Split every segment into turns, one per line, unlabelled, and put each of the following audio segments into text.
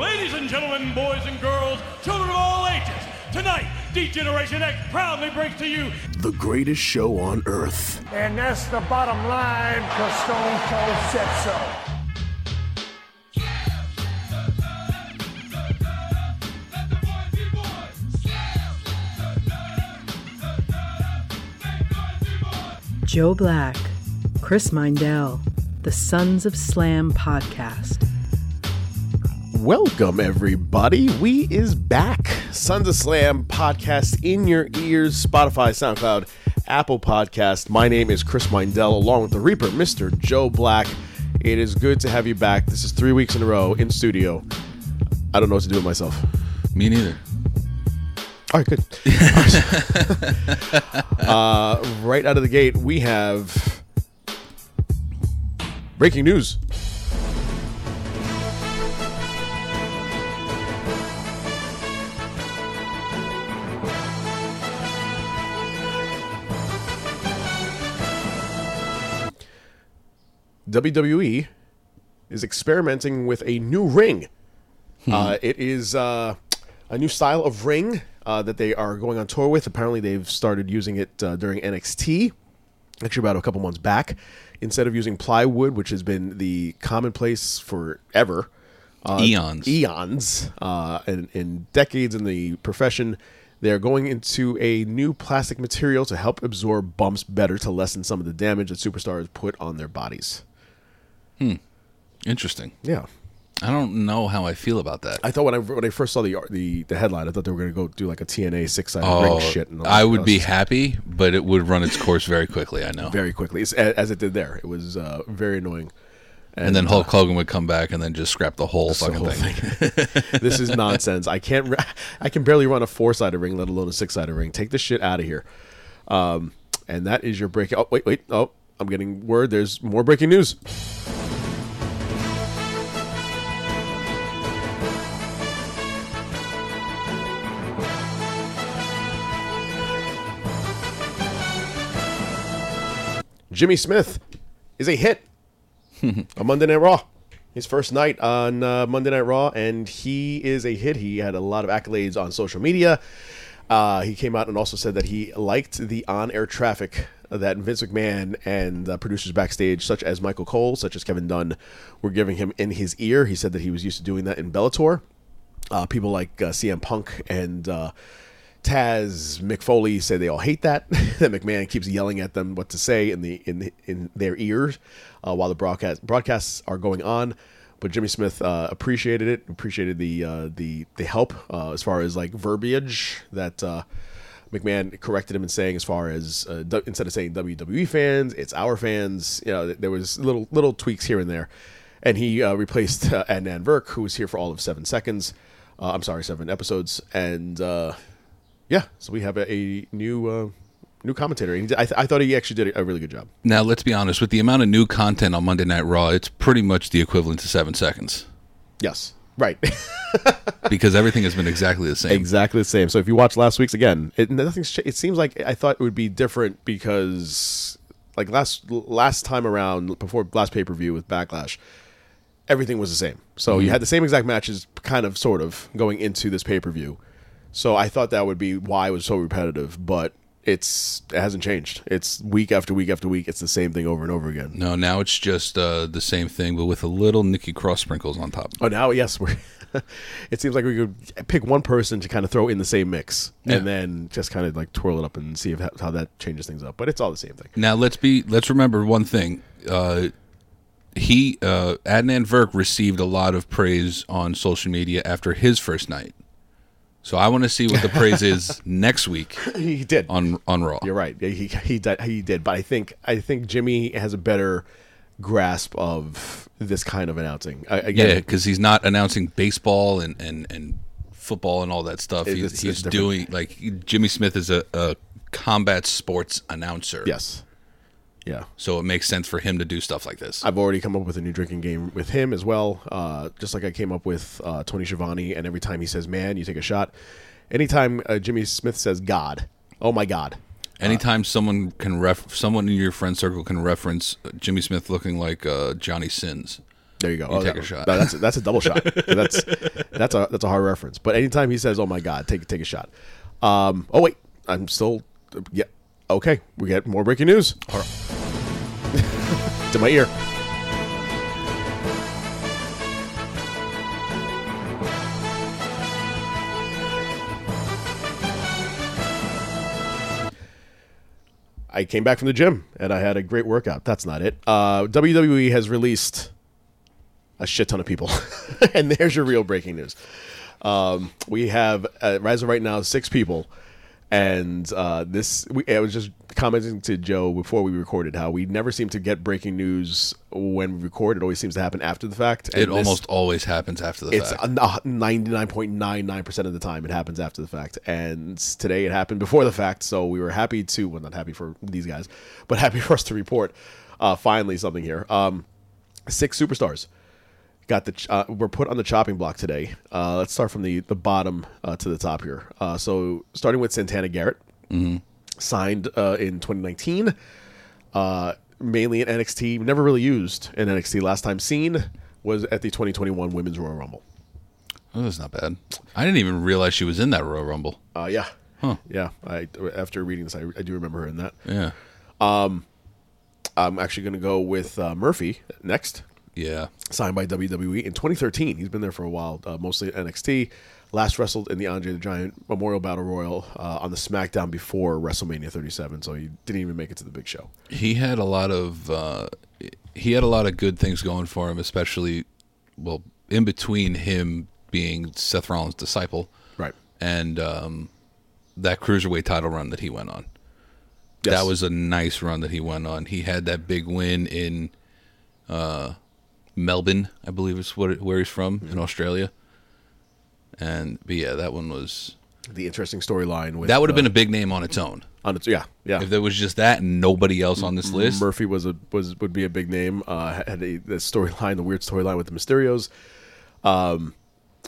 Ladies and gentlemen, boys and girls, children of all ages, tonight, D-Generation X proudly brings to you
The greatest show on earth.
And that's the bottom line, because Stone Cold said so.
Joe Black, Chris Mindell, the Sons of Slam podcast.
Welcome, everybody. We is back. Sons of Slam podcast in your ears, Spotify, SoundCloud, Apple Podcast. My name is Chris Mindell, along with the Reaper, Mr. Joe Black. It is good to have you back. This is three weeks in a row in studio. I don't know what to do with myself.
Me neither.
All right, good. uh, right out of the gate, we have breaking news. WWE E is experimenting with a new ring. Uh, it is uh, a new style of ring uh, that they are going on tour with. Apparently, they've started using it uh, during NXT, actually, about a couple months back. Instead of using plywood, which has been the commonplace forever, uh,
Eons.
eons, uh, and, and decades in the profession, they are going into a new plastic material to help absorb bumps better to lessen some of the damage that superstars put on their bodies.
Interesting.
Yeah.
I don't know how I feel about that.
I thought when I when I first saw the the, the headline, I thought they were going to go do like a TNA six sided
Oh,
ring shit. And all
I
that
would
stuff.
be happy, but it would run its course very quickly. I know.
very quickly as, as it did there. It was uh, very annoying.
and then Hulk Hogan would come back and then just scrap the whole fucking
whole
thing.
this is nonsense. I can't. ra- I can barely run a four sided ring, let alone a six sided ring. Take this shit out of here. Um, and that is your break. Oh wait, wait. Oh, I'm getting word. There's more breaking news. Jimmy Smith is a hit on Monday Night Raw. His first night on uh, Monday Night Raw, and he is a hit. He had a lot of accolades on social media. Uh, he came out and also said that he liked the on air traffic that Vince McMahon and uh, producers backstage, such as Michael Cole, such as Kevin Dunn, were giving him in his ear. He said that he was used to doing that in Bellator. Uh, people like uh, CM Punk and uh, Taz McFoley say they all hate that. that McMahon keeps yelling at them what to say in the in the, in their ears uh, while the broadcast broadcasts are going on. But Jimmy Smith uh, appreciated it, appreciated the uh, the the help uh, as far as like verbiage that uh, McMahon corrected him in saying as far as uh, du- instead of saying WWE fans, it's our fans. You know, th- there was little little tweaks here and there, and he uh, replaced uh, Adnan Verk, who was here for all of seven seconds. Uh, I'm sorry, seven episodes, and uh, yeah, so we have a, a new uh, new commentator. And he did- I, th- I thought he actually did a really good job.
Now let's be honest. With the amount of new content on Monday Night Raw, it's pretty much the equivalent to seven seconds
Yes, right,
because everything has been exactly the same.
exactly the same. So if you watch last week's again, it, nothing's. Cha- it seems like I thought it would be different because like last last time around before last pay per view with Backlash, everything was the same. So you had the same exact matches, kind of, sort of, going into this pay per view. So I thought that would be why it was so repetitive, but it's it hasn't changed. It's week after week after week. It's the same thing over and over again.
No, now it's just uh, the same thing, but with a little Nikki Cross sprinkles on top.
Oh, now yes, we're. it seems like we could pick one person to kind of throw in the same mix,
Yeah.
and then just kind of like twirl it up and see if, how that changes things up. But it's all the same thing.
Now let's be let's remember one thing. Uh, he uh, Adnan Verk received a lot of praise on social media after his first night. So I want to see what the praise is next week
He did.
on on Raw.
Uh, You're right. Yeah, He he did, he did. But I think I think Jimmy has a better grasp of this kind of announcing. I, again,
Yeah, because he's not announcing baseball and and and football and all that stuff.
It's-
He's,
it's-
he's
it's different.
doing like Jimmy Smith is a, a combat sports announcer.
Yes. Yeah.
So it makes sense for him to do stuff like this.
I've already come up with a new drinking game with him as well. Uh, just like I came up with uh, Tony Schiavone, and every time he says "man," you take a shot. Anytime uh, Jimmy Smith says "God," oh my God,
Anytime someone can ref, someone in your friend circle can reference Jimmy Smith looking like uh, Johnny Sins.
There you go. Oh,
You take
that-
a shot.
no, that's that's a double shot. That's that's a that's a hard reference. But anytime he says, "Oh my God, take take a shot," um, oh wait, I'm still yeah. Okay, we get more breaking news to my ear. I came back from the gym and I had a great workout. That's not it. Uh, WWE has released a shit ton of people. and there's your real breaking news. Um, we have, uh, as of right now, six people. And uh, this, we, I was just commenting to Joe before we recorded how we never seem to get breaking news when we record. It always seems to happen after the fact.
It
And this-
almost always happens after the
it's
fact.
ninety nine point nine nine percent of the time it happens after the fact, and today it happened before the fact. So we were happy to, well, not happy for these guys, but happy for us to report uh, finally something here. Um, six superstars got the ch- uh, were put on the chopping block today. Uh, let's start from the the bottom uh, to the top here. Uh, so starting with Santana Garrett, signed uh, in 2019, uh, mainly in NXT, never really used in NXT. Last time seen was at the 2021 Women's Royal Rumble.
oh, that's not bad. I didn't even realize she was in that Royal Rumble.
Uh, yeah.
Huh.
Yeah. I after reading this, I, I do remember her in that.
Yeah.
I'm actually going to go with uh, Murphy next,
Yeah.
signed by WWE in 2013. He's been there for a while, uh, mostly at NXT. Last wrestled in the Andre the Giant Memorial Battle Royal uh, on the SmackDown before WrestleMania 37, so he didn't even make it to the big show.
He had a lot of uh, he had a lot of good things going for him, especially well, in between him being Seth Rollins' disciple
Right.
and um, that cruiserweight title run that he went on.
Yes.
That was a nice run that he went on. He had that big win in uh, Melbourne, I believe is what where he's from
Mm-hmm.
in Australia. And but yeah, that one was
the interesting storyline. with,
that would have been
uh,
a big name on its own.
on its yeah yeah.
If there was just that and nobody else on this list,
Murphy was a was would be a big name. Uh, had a, the storyline, the weird storyline with the Mysterios. Um,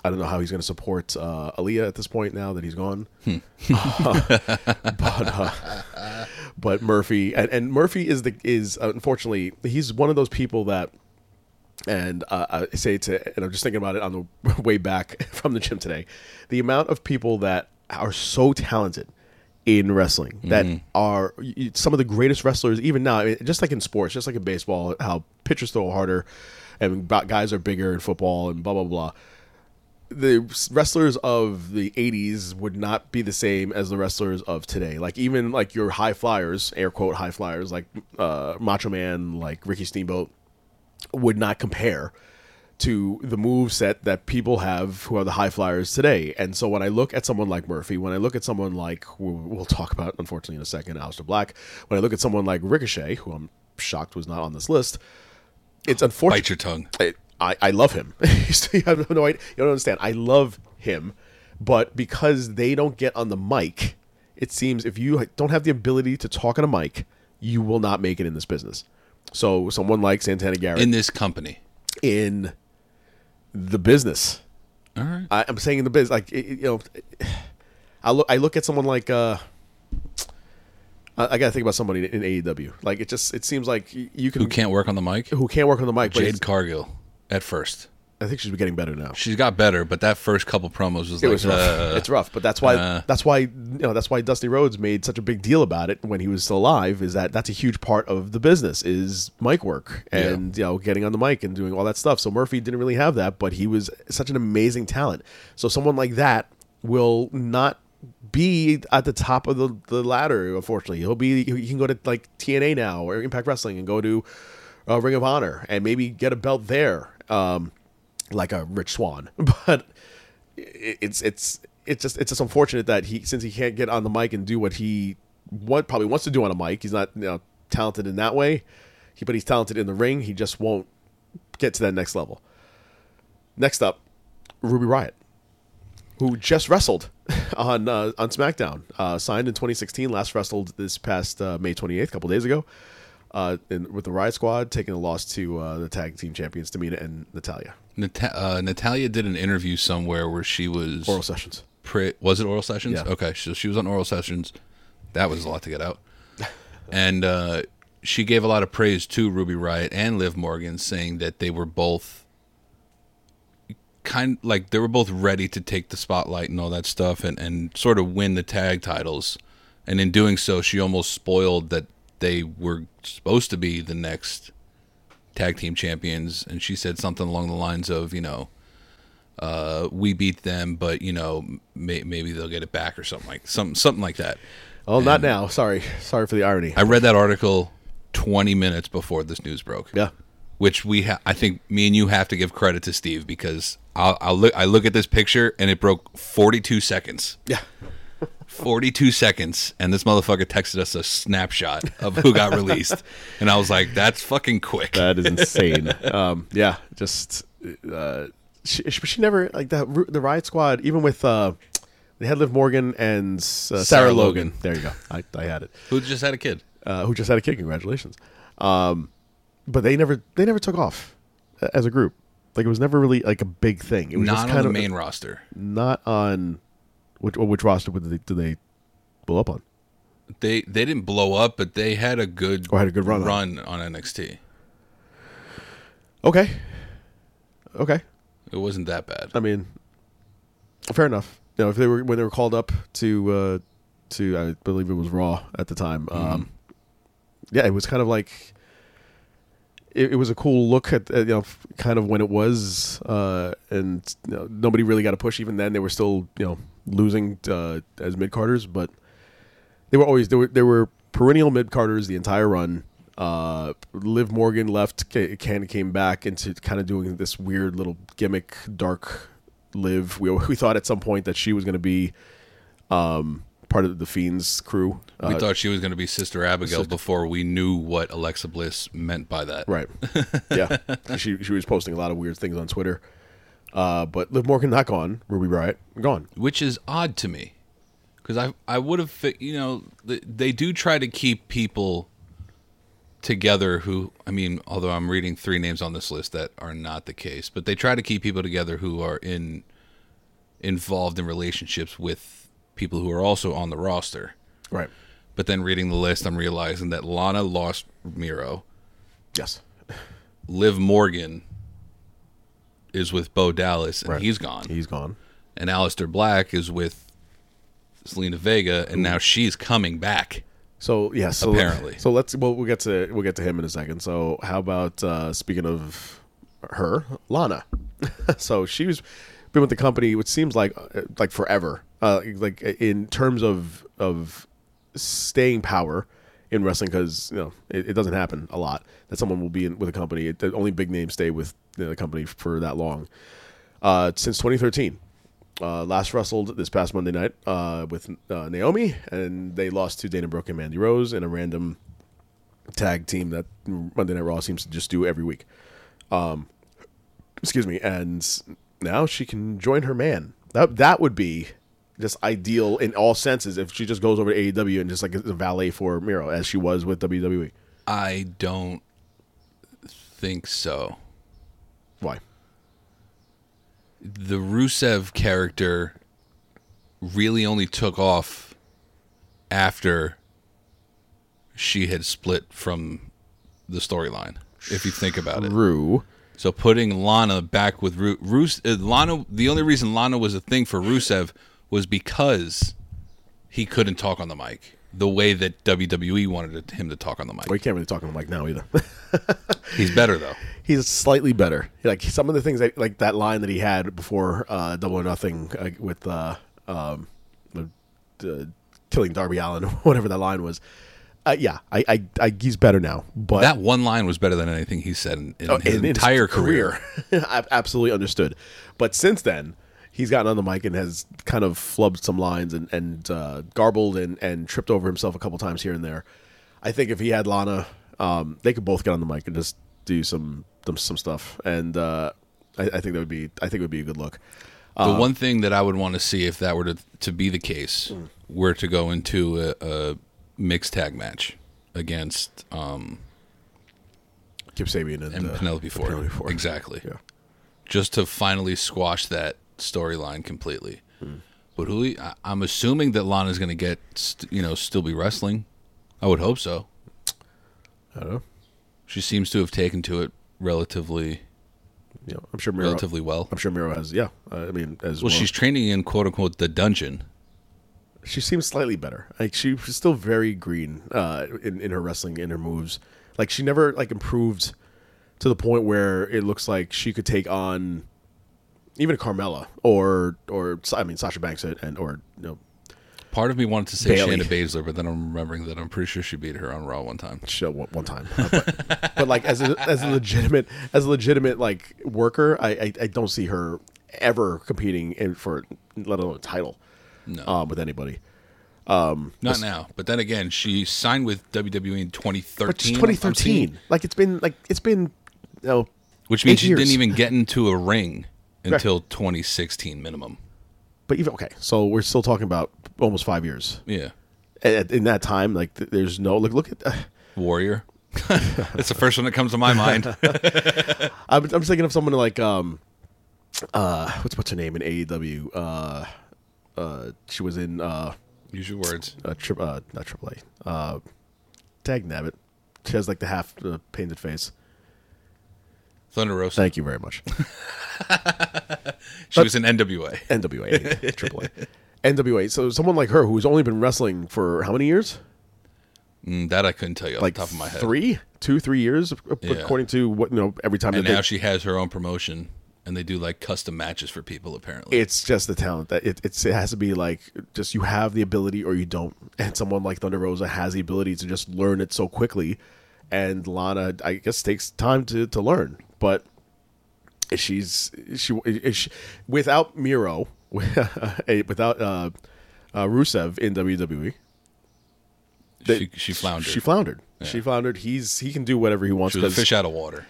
I don't know how he's going to support uh, Aaliyah at this point now that he's gone. but uh, but Murphy and, and Murphy is the is unfortunately he's one of those people that and uh, I say to and I'm just thinking about it on the way back from the gym today, the amount of people that are so talented in wrestling that are y- y- some of the greatest wrestlers even now I mean, just like in sports just like in baseball how pitchers throw harder and b- guys are bigger in football and blah blah blah the wrestlers of the 80s would not be the same as the wrestlers of today like even like your high flyers air quote high flyers like uh macho man like ricky steamboat would not compare to the move set that people have who are the high flyers today. And so when I look at someone like Murphy, when I look at someone like who we'll talk about unfortunately in a second, Aleister Black, when I look at someone like Ricochet, who I'm shocked was not on this list, it's unfortunate.
bite your tongue.
I, I I love him. you have no idea. You don't understand. I love him, but because they don't get on the mic, it seems if you don't have the ability to talk on a mic, you will not make it in this business. So someone like Santana Garrett
in this company.
in the business.
All right.
I, I'm saying in the business, like it- it- you know, I look I look at someone like uh, I, I gotta think about somebody in AEW. Like it just it seems like y- you can
Who can't work on the mic?
Mm-hmm. who can't work on the mic. But
Jade
it's-
Cargill at first.
I think she's getting better now.
She's got better, but that first couple promos was
It
like
was rough.
uh,
it's rough, but that's why
uh.
that's why you know that's why Dusty Rhodes made such a big deal about it when he was still alive. Is that that's a huge part of the business is mic work and you know getting on the mic and doing all that stuff. So Murphy didn't really have that, but he was such an amazing talent. So someone like that will not be at the top of the, the ladder. Unfortunately, he'll be he can go to like TNA now or Impact Wrestling and go to uh, Ring of Honor and maybe get a belt there. Um, like a Rich Swan, but it- it's it's it's just it's just unfortunate that he since he can't get on the mic and do what he what probably wants to do on a mic. He's not you know, talented in that way, he, but he's talented in the ring. He just won't get to that next level. Next up, Ruby Riot, who just wrestled on uh, on SmackDown, uh, signed in 2016, last wrestled this past uh, May 28th, a couple days ago, uh, in, with the Riot Squad, taking a loss to uh, the tag team champions Tamina and Natalia.
Nata- uh, Natalia did an interview somewhere where she was
Oral sessions.
pre- was it oral sessions?
Yeah.
Okay, so she was on oral sessions. That was a lot to get out, and uh, she gave a lot of praise to Ruby Riot and Liv Morgan, saying that they were both kind like they were both ready to take the spotlight and all that stuff and, and sort of win the tag titles. And in doing so, she almost spoiled that they were supposed to be the next tag team champions. And she said something along the lines of, you know, uh, we beat them, but you know, may, maybe they'll get it back or something like some something like that.
Oh, not now. Sorry. Sorry for the irony.
I read that article 20 minutes before this news broke.
yeah.
Which we ha- I think me and you have to give credit to Steve because I'll, I'll look I look at this picture and it broke 42 seconds.
Yeah.
42 seconds and this motherfucker texted us a snapshot of who got released and I was like that's fucking quick.
That is insane. um, yeah, just uh, she, she, she never like that. Ru- The Riot Squad, even with uh, they had Liv Morgan and uh, Sarah,
Sarah
Logan.
Logan.
There you go. I, I had it.
who just had a kid?
Uh, who just had a kid? Congratulations. Um, but they never they never took off a- as a group. Like it was never really like a big thing. It was just
Not
kind
on the
of
main roster.
not on which which roster would they, did they blow up on?
They they didn't blow up but they had a good
Or had a good run on it.
run on NXT.
Okay, okay.
It wasn't that bad.
I mean, fair enough. You know, if they were when they were called up to uh, to I believe it was Raw at the time. Um, yeah, it was kind of like it, it was a cool look at at, you know f- kind of when it was uh, and you know, nobody really got a push. Even then, they were still you know losing uh, as mid carders, but they were always they were they were perennial mid carders the entire run. Uh, Liv Morgan left, Ca- Can came back into kind of doing this weird little gimmick, dark Liv. We we thought at some point that she was going to be um, part of the Fiends crew. Uh,
We thought she was going to be Sister Abigail before we knew what Alexa Bliss meant by that.
Right. Yeah. she she was posting a lot of weird things on Twitter. Uh, but Liv Morgan not gone. Ruby Riot gone.
Which is odd to me. Because I, I would have, fi- you know, th- they do try to keep people together who, I mean, although I'm reading three names on this list that are not the case, but they try to keep people together who are in involved in relationships with people who are also on the roster.
Right.
But then reading the list, I'm realizing that Lana lost Miro.
Yes.
Liv Morgan is with Bo Dallas and
Right.
he's gone.
He's gone.
and Alistair Black is with Selena Vega and now she's coming back.
So yeah, so
Apparently.
So let's well we'll get to we'll get to him in a second. So how about uh speaking of her, Lana. so she was been with the company which seems like uh, like forever. Uh like in terms of of staying power in wrestling cuz you know it, it doesn't happen a lot that someone will be in with a company. It, the only big names stay with the company for that long. Uh since 2013 uh, last wrestled this past Monday night uh, with uh, Naomi, and they lost to Dana Brooke and Mandy Rose in a random tag team that Monday Night Raw seems to just do every week. Um, excuse me, and now she can join her man. That that would be just ideal in all senses if she just goes over to AEW and just like is a valet for Miro as she was with E. WWE.
I don't think so.
Why?
The Rusev character really only took off after she had split from the storyline, if you think about it.
Rue.
So putting Lana back with Ru- Rus- uh, Lana, the only reason Lana was a thing for Rusev was because he couldn't talk on the mic the way that WWE wanted him to talk on the
Well, you
mic.
can't really talk on the mic now either.
He's better though.
he's slightly better. Like some of the things that like that line that he had before uh, Double or Nothing uh, with uh, um, the, the killing Darby Allen, whatever that line was. Uh, yeah, I, I, I he's better now, but
That one line was better than anything he said in, in
Oh,
his
in- in
entire career.
career. I've absolutely understood. But since then, he's gotten on the mic and has kind of flubbed some lines and, and uh, garbled and, and tripped over himself a couple times here and there. I think if he had Lana, um, they could both get on the mic and just do some some, some stuff, and uh, I, I think that would be I think it would be a good look.
The one thing that I would want to see if that were to, to be the case were to go into a, a mixed tag match against um,
Kip Sabian and,
and
uh,
Penelope Ford.
Penelope Ford.
Exactly.
Yeah.
Just to finally squash that storyline completely.
Mm.
But who I, I'm assuming that Lana's going to get, st- you know, still be wrestling. I would hope so.
I don't know.
She seems to have taken to it relatively
You know, I'm sure Miro.
relatively well.
I'm sure Miro has. Yeah, uh, I mean, as well,
Well, she's training in quote unquote the dungeon.
she seems slightly better. Like she was still very green uh, in in her wrestling in her moves. Like she never like improved to the point where it looks like she could take on even Carmella or or I mean Sasha Banks and- and or you know
Part of me wanted to say
Bailey.
Shayna Baszler, but then I'm remembering that I'm pretty sure she beat her on Raw one time.
show one, one time, Uh, but, but, like as a, as a legitimate as a legitimate like worker, I I, I don't see her ever competing in for let alone a title um, with anybody.
Not now, but then again, she signed with WWE in 2013.
But it's
I'm- I'm
2013.
seeing-
Like it's been like it's been you know,
which
eight
means she
years.
didn't even get into a ring until 2016 minimum.
But even okay, so we're still talking about almost five years.
Yeah,
At, in that time, like th- there's no like look at.
Warrior. That's the first one that comes to my mind.
I'm, I'm just thinking of someone like um, uh, what's what's her name in AEW? Uh, uh, she was in uh,
Use your words.
uh, tri- uh not triple A. Uh, Tag Nabbit. She has like the half uh, painted face.
Thunder Rosa.
Thank you very much.
she was in NWA.
NWA, triple A, NWA. So someone like her who's only been wrestling for how many years?
Mm, that I couldn't tell you off
Like
the top of my head.
three, two, three years, ac- ac-
Yeah.
according to what you know. Every time
And
that they-
now she has her own promotion, and they do like custom matches for people. Apparently,
it's just the talent that it, it's, it has to be like just you have the ability or you don't and someone like thunder rosa has the ability to just learn it so quickly and lana i guess takes time to, to learn but she's she, is she without miro without uh, uh rusev in wwe
she, she floundered.
she floundered she floundered he's he can do whatever he wants
She was a
'cause-
fish out of water.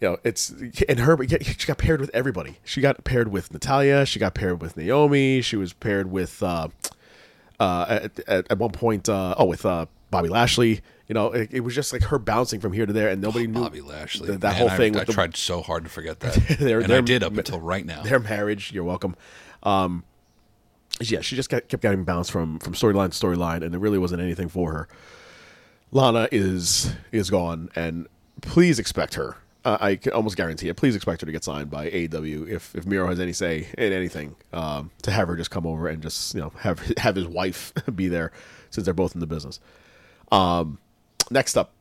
you know, it's and her. yeah, She got paired with everybody. She got paired with Natalia. She got paired with Naomi. She was paired with uh, uh, at, at, at one point. Uh, oh, with uh, Bobby Lashley. You know, it, it was just like her bouncing from here to there, and nobody knew
Oh, Bobby Lashley.
th- that
Man,
whole
I-
thing.
I,
with the-
tried so hard to forget that,
They're-
and
they're-
I did up until right now.
their marriage. You're welcome. Um, yeah, she just got, kept getting bounced from from storyline to storyline, and there really wasn't anything for her. Lana is is gone, and please expect her. Uh, I can almost guarantee it. Please expect her to get signed by AEW if if Miro has any say in anything. Um, to have her just come over and just you know have have his wife be there since they're both in the business. Um, next up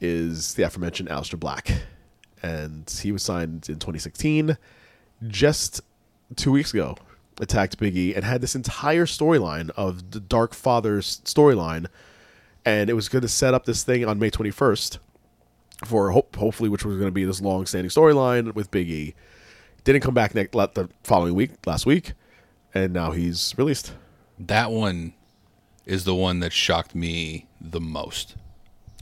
is the aforementioned Aleister Black, and he was signed in 2016 just two weeks ago attacked Biggie and had this entire storyline of the Dark Father's storyline, and it was going to set up this thing on May 21st for hope, hopefully, which was going to be this long-standing storyline with Biggie. Didn't come back next la- the following week, last week, and now he's released.
that one is the one that shocked me the most,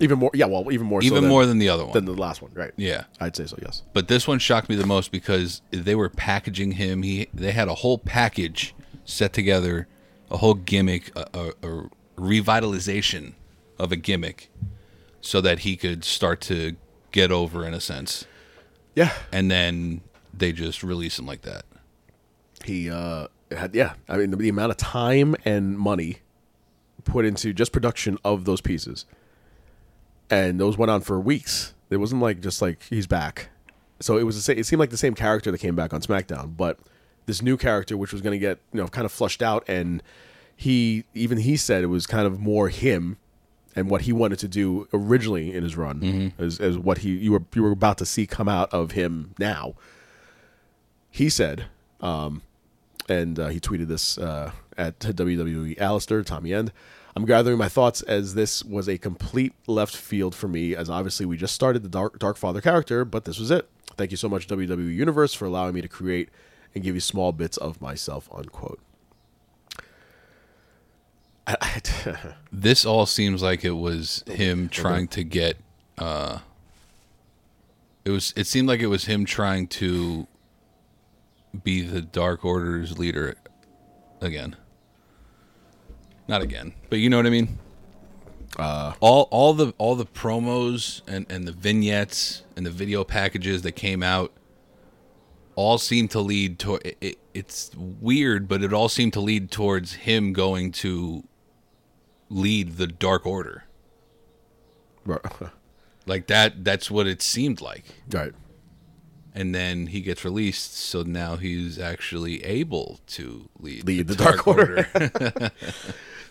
Even more, yeah, well, even more, so
even
than,
more than the other one.
than the last one, right?
Yeah.
I'd say so. Yes,
but this one shocked me the most because they were packaging him. He they had a whole package set together, a whole gimmick, a, a, a revitalization of a gimmick, so that he could start to get over in a sense.
yeah,
And then they just release him like that.
he uh had yeah i mean the, the amount of time and money put into just production of those pieces and those went on for weeks it wasn't like just like he's back so it was the same, it seemed like the same character that came back on smackdown but this new character which was going to get you know kind of flushed out and he even he said it was kind of more him and what he wanted to do originally in his run as, as what he you were you were about to see come out of him now he said, um, and uh, he tweeted this uh, at WWE Alistair, Tommy End. I'm gathering my thoughts as this was a complete left field for me, as obviously we just started the Dark, Dark Father character, but this was it. Thank you so much, WWE Universe, for allowing me to create and give you small bits of myself, unquote. I, I-
This all seems like it was him trying to get. Uh, it was. It seemed like it was him trying to be the Dark Order's leader again. Not again, but you know what I mean. Uh, all all the all the promos and and the vignettes and the video packages that came out all seemed to lead to it, it, it's weird but it all seemed to lead towards him going to lead the Dark Order.
right.
Like that that's what it seemed like.
Right.
and then he gets released. So now he's actually able to lead,
Lead the Dark Order.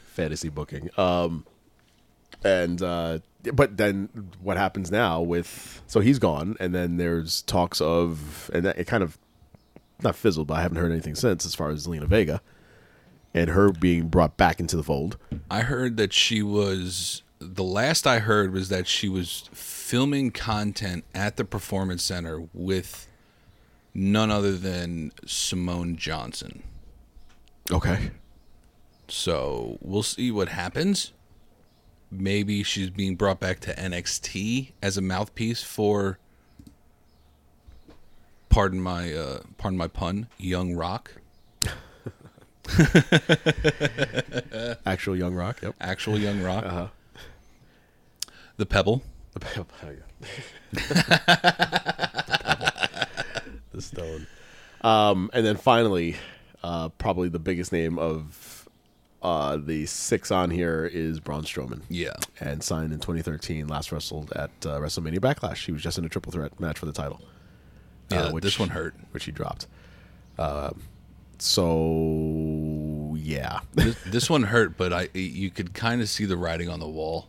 fantasy booking. Um, and uh, but then what happens now with so he's gone, and then there's talks of and that, it kind of not fizzled, but I haven't heard anything since as far as Lena Vega and her being brought back into the fold.
I heard that she was. The last I heard was that she was filming content at the performance center with none other than Simone Johnson.
Okay,
So we'll see what happens. Maybe she's being brought back to NXT as a mouthpiece for. Pardon my, uh, pardon my pun. Young Rock,
actual Young Rock. Yep.
actual Young Rock. The Pebble.
the stone. Um, and then finally, uh, probably the biggest name of uh, the six on here is Braun Strowman.
Yeah.
And signed in 2013, last wrestled at uh, WrestleMania Backlash. He was just in a triple threat match for the title. Uh,
Yeah, this one hurt.
Which he dropped. Uh, so, yeah.
This, this one hurt, but I you could kind of see the writing on the wall.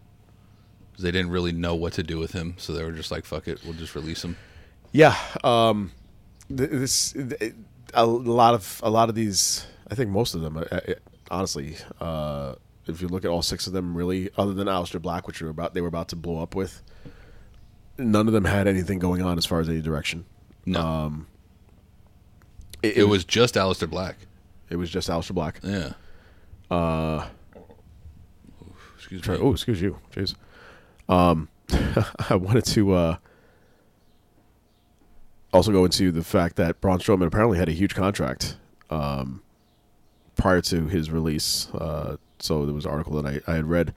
'Cause They didn't really know what to do with him, so they were just like, "Fuck it, we'll just release him."
Yeah, um, th- this th- a lot of a lot of these. I think most of them, uh, uh, honestly, uh, if you look at all six of them, really, other than Aleister Black, which we were about they were about to blow up with, none of them had anything going on as far as any direction.
No,
It,
it was just Alistair Black.
it was just Aleister Black.
Yeah. Uh, excuse me.
Uh, Try- oh, excuse you, jeez. Um, I wanted to uh, also go into the fact that Braun Strowman apparently had a huge contract um, prior to his release. Uh, so there was an article that I, I had read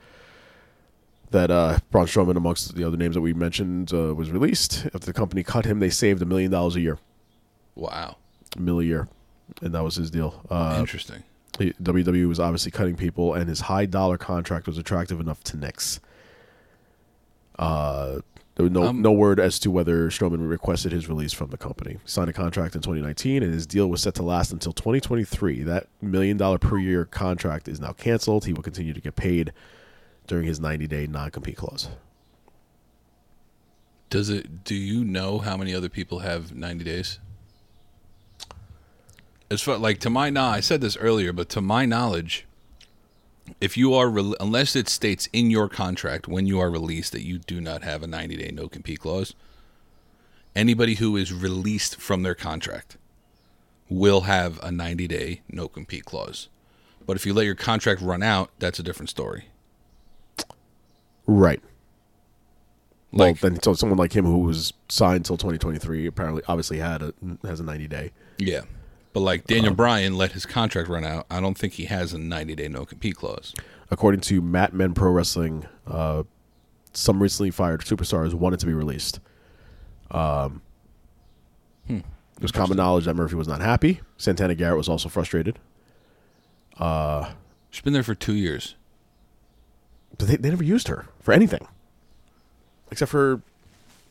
that uh, Braun Strowman, amongst the other names that we mentioned, uh, was released. After the company cut him, they saved a million dollars a year,
Wow.
a mill a year, and that was his deal. Uh,
Interesting.
he- WWE E was obviously cutting people, and his high dollar contract was attractive enough to Knicks. Uh, there was no no word as to whether Strowman requested his release from the company. He signed a contract in 2019, and his deal was set to last until 2023. That million dollar per year contract is now canceled. He will continue to get paid during his 90 day non compete clause.
Does it? Do you know how many other people have ninety days? As far like to my knowledge, I said this earlier, but to my knowledge, if you are rel unless it states in your contract when you are released that you do not have a ninety day no compete clause, anybody who is released from their contract will have a ninety day no compete clause. But if you let your contract run out, that's a different story.
Right. Well,
Like
then so someone like him who was signed till 2023 apparently obviously had a has a 90 day.
Yeah. But like Daniel
Uh-huh.
Bryan let his contract run out. I don't think he has a 90 day no compete clause.
according to Matt Men Pro Wrestling, uh, some recently fired superstars wanted to be released. Um, It was common knowledge that Murphy was not happy. Santana Garrett was also frustrated.
She's been there for two years.
But they, they never used her for anything except for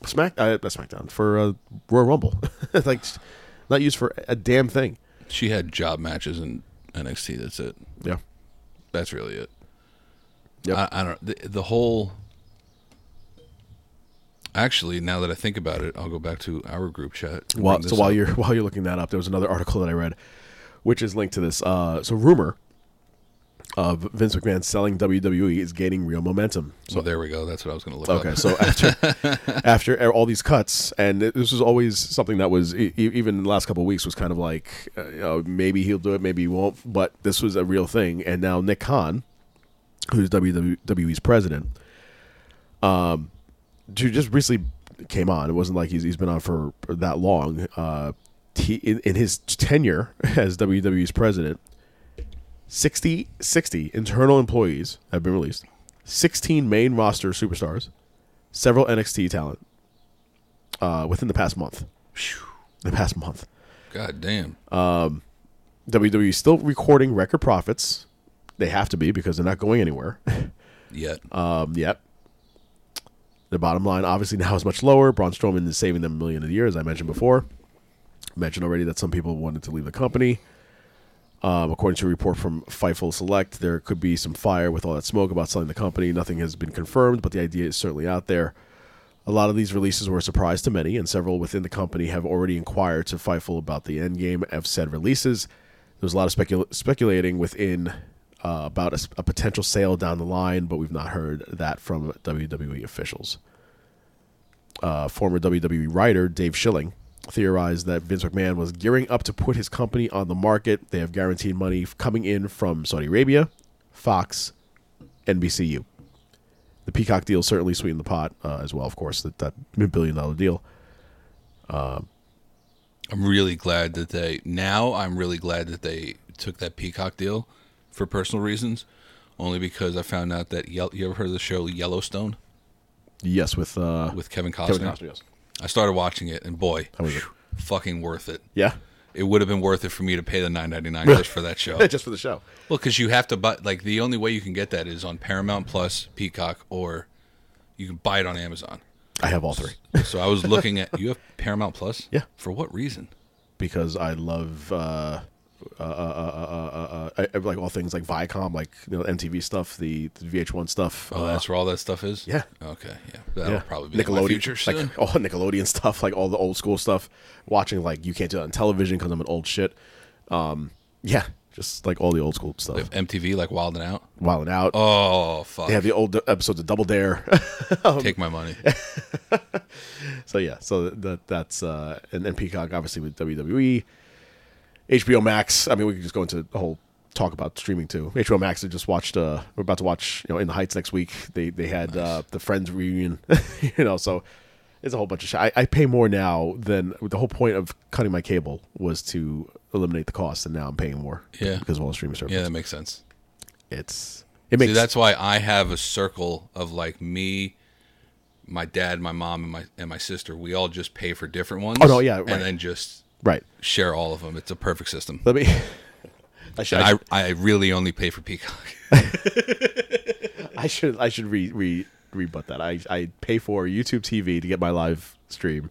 Smack uh, not SmackDown for uh, Royal Rumble. like, not used for a damn thing.
She had job matches in NXT. That's it.
Yeah.
That's really it.
Yep.
I, I don't. The, the whole. Actually, now that I think about it, I'll go back to our group chat. and
While,
bring
so
this
while
up.
you're while you're looking that up, there was another article that I read, which is linked to this. Uh, so rumor of Vince McMahon selling WWE is gaining real momentum.
so there we go. That's what I was going to look.
Okay,
up.
so after after all these cuts, and it- this was always something that was e- e- even the last couple of weeks was kind of like uh, you know, maybe he'll do it, maybe he won't, but this was a real thing. And now Nick Khan, who's WWE's president, who just recently came on. It wasn't like he's, he's been on for that long. Uh, he in, in his tenure as WWE's president, 60, 60 internal employees have been released, 16 main roster superstars, several NXT talent uh, within the past month. The past month.
God damn.
Uh, WWE is still recording record profits. They have to be because they're not going anywhere
Yet.
um, yet. Um, The bottom line, obviously, now is much lower. Braun Strowman is saving them a million a year, as I mentioned before. Mentioned already that some people wanted to leave the company. Um, according to a report from Fightful Select, there could be some fire with all that smoke about selling the company. Nothing has been confirmed, but the idea is certainly out there. A lot of these releases were a surprise to many, and several within the company have already inquired to Fightful about the endgame of said releases. There's a lot of specul- speculating within uh, about a, s- a potential sale down the line, but we've not heard that from WWE officials. Uh, former WWE writer Dave Schilling theorized that Vince McMahon was gearing up to put his company on the market. They have guaranteed money f- coming in from Saudi Arabia, Fox, NBCU the Peacock deal certainly sweetened the pot uh, as well. Of course, that that billion dollar deal.
I'm really glad that they now. I'm really glad that they took that Peacock deal for personal reasons, only because I found out that Yel- you ever heard of the show Yellowstone
Yes, with uh,
with Kevin Costner.
Kevin Costner. Yes.
I started watching it, and boy,
How was it?
fucking worth it.
Yeah,
It would have been worth it for me to pay the 9.99 just for that show. well,
just for the show.
because you have to buy like the only way you can get that is on Paramount Plus, Peacock, or you can buy it on Amazon.
I have all three
So I was looking at you have Paramount Plus.
Yeah.
For what reason?
because I love uh, uh, uh, uh, uh, uh, uh, I, like all things like Viacom, like you know MTV stuff, the, the VH1 stuff.
Oh,
uh,
that's where all that stuff is.
yeah.
Okay. Yeah. That'll
yeah.
probably be Nickelodeon. In my future soon.
like oh. all Nickelodeon stuff, like all the old school stuff. Watching like you can't do that on television because I'm an old shit. Um, yeah, just like all the old school stuff.
MTV, like Wild and Out.
While and out,
Oh fuck!
they have the old episodes of Double Dare.
Take my money.
So yeah, so that that's uh, and then Peacock obviously with E, WWE, HBO Max. I mean, we could just go into a whole talk about streaming too. HBO Max. I just watched. Uh, we're about to watch. You know, In the Heights next week. They they had uh, the Friends reunion. you know, so it's a whole bunch of shit. I, I pay more now than the whole point of cutting my cable was to eliminate the cost, and now I'm paying more.
Yeah.
because of all the streaming
yeah,
services.
that makes sense.
It's it makes
See, that's why I have a circle of like me, my dad, my mom, and my and my sister. We all just pay for different ones.
Oh, no, yeah, right.
and then just
right.
share all of them. It's a perfect system.
Let me. I should, I,
I I really only pay for Peacock.
I should I should re re rebut that. I I pay for YouTube TV to get my live stream,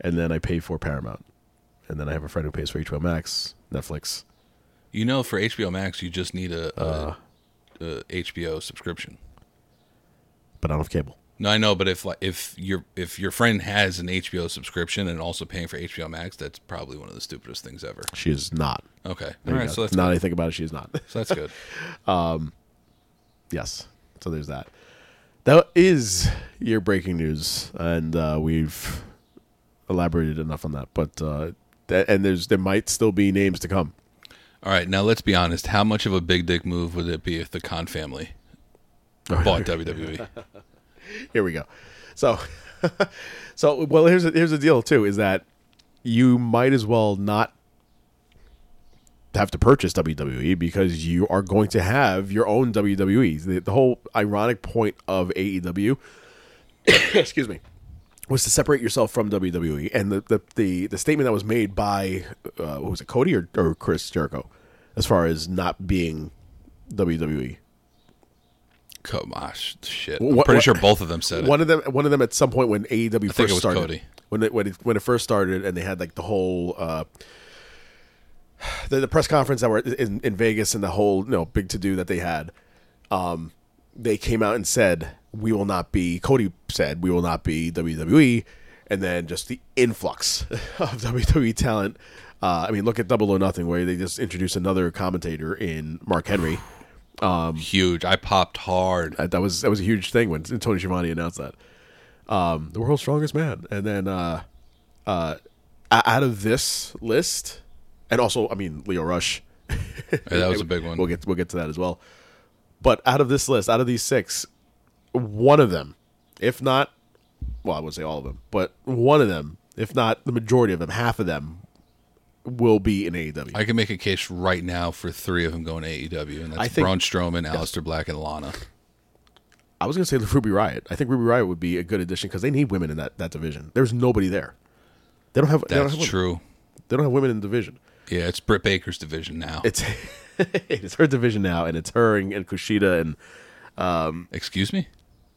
and then I pay for Paramount, and then I have a friend who pays for HBO Max, Netflix.
You know, for HBO Max, you just need a,
Uh.
a, a HBO subscription.
But I don't have cable.
No, I know, but if like if your if your friend has an HBO subscription and also paying for HBO Max, that's probably one of the stupidest things ever.
She is not.
Okay, all
There you
right,
go.
so that's
now that I think about it, she is not.
so that's good.
yes. So there's that. That is your breaking news, and uh, we've elaborated enough on that. But uh, that, and there's there might still be names to come.
All right, now let's be honest. How much of a big dick move would it be if the Khan family
Oh,
bought E? WWE?
here we go. So, so well, here's a, here's the deal too: is that you might as well not have to purchase WWE because you are going to have your own WWE. The, the whole ironic point of AEW, excuse me, was to separate yourself from WWE. And the the the, the statement that was made by uh, what was it, Cody or, or Chris Jericho, as far as not being E? WWE.
Come on, sh- shit. I'm
What-
pretty
what-
sure both of them said it.
one of them one of them at some point when AEW first
it was
started
Cody.
when it, when it when it first started and they had like the whole uh the, the press conference that were in, in Vegas and the whole you know big to do that they had um they came out and said we will not be Cody said we will not be WWE and then just the influx of WWE talent uh, I mean look at Double or Nothing where they just introduced another commentator in Mark Henry
Huge. I popped hard.
that, that was that was a huge thing when Tony Schiavone announced that. Um, the world's strongest man, and then uh, uh, o- out of this list, and also I mean Leo Rush.
that was a big one.
We'll get we'll get to that as well. But out of this list, out of these six, one of them, if not, well, I would say all of them, but one of them, if not the majority of them, half of them, will be in E AEW.
I can make a case right now for three of them going to AEW, and that's
I think-
Braun Strowman, Aleister Black, and Lana.
I was gonna say Ruby Riot. I think Ruby Riot would be a good addition because they need women in that, that division. There's nobody there. They don't have. they don't
That's
have women.
true.
They don't have women in the division.
Yeah, it's Britt Baker's division now.
It's it's her division now, and it's her and, and Kushida and
Excuse me?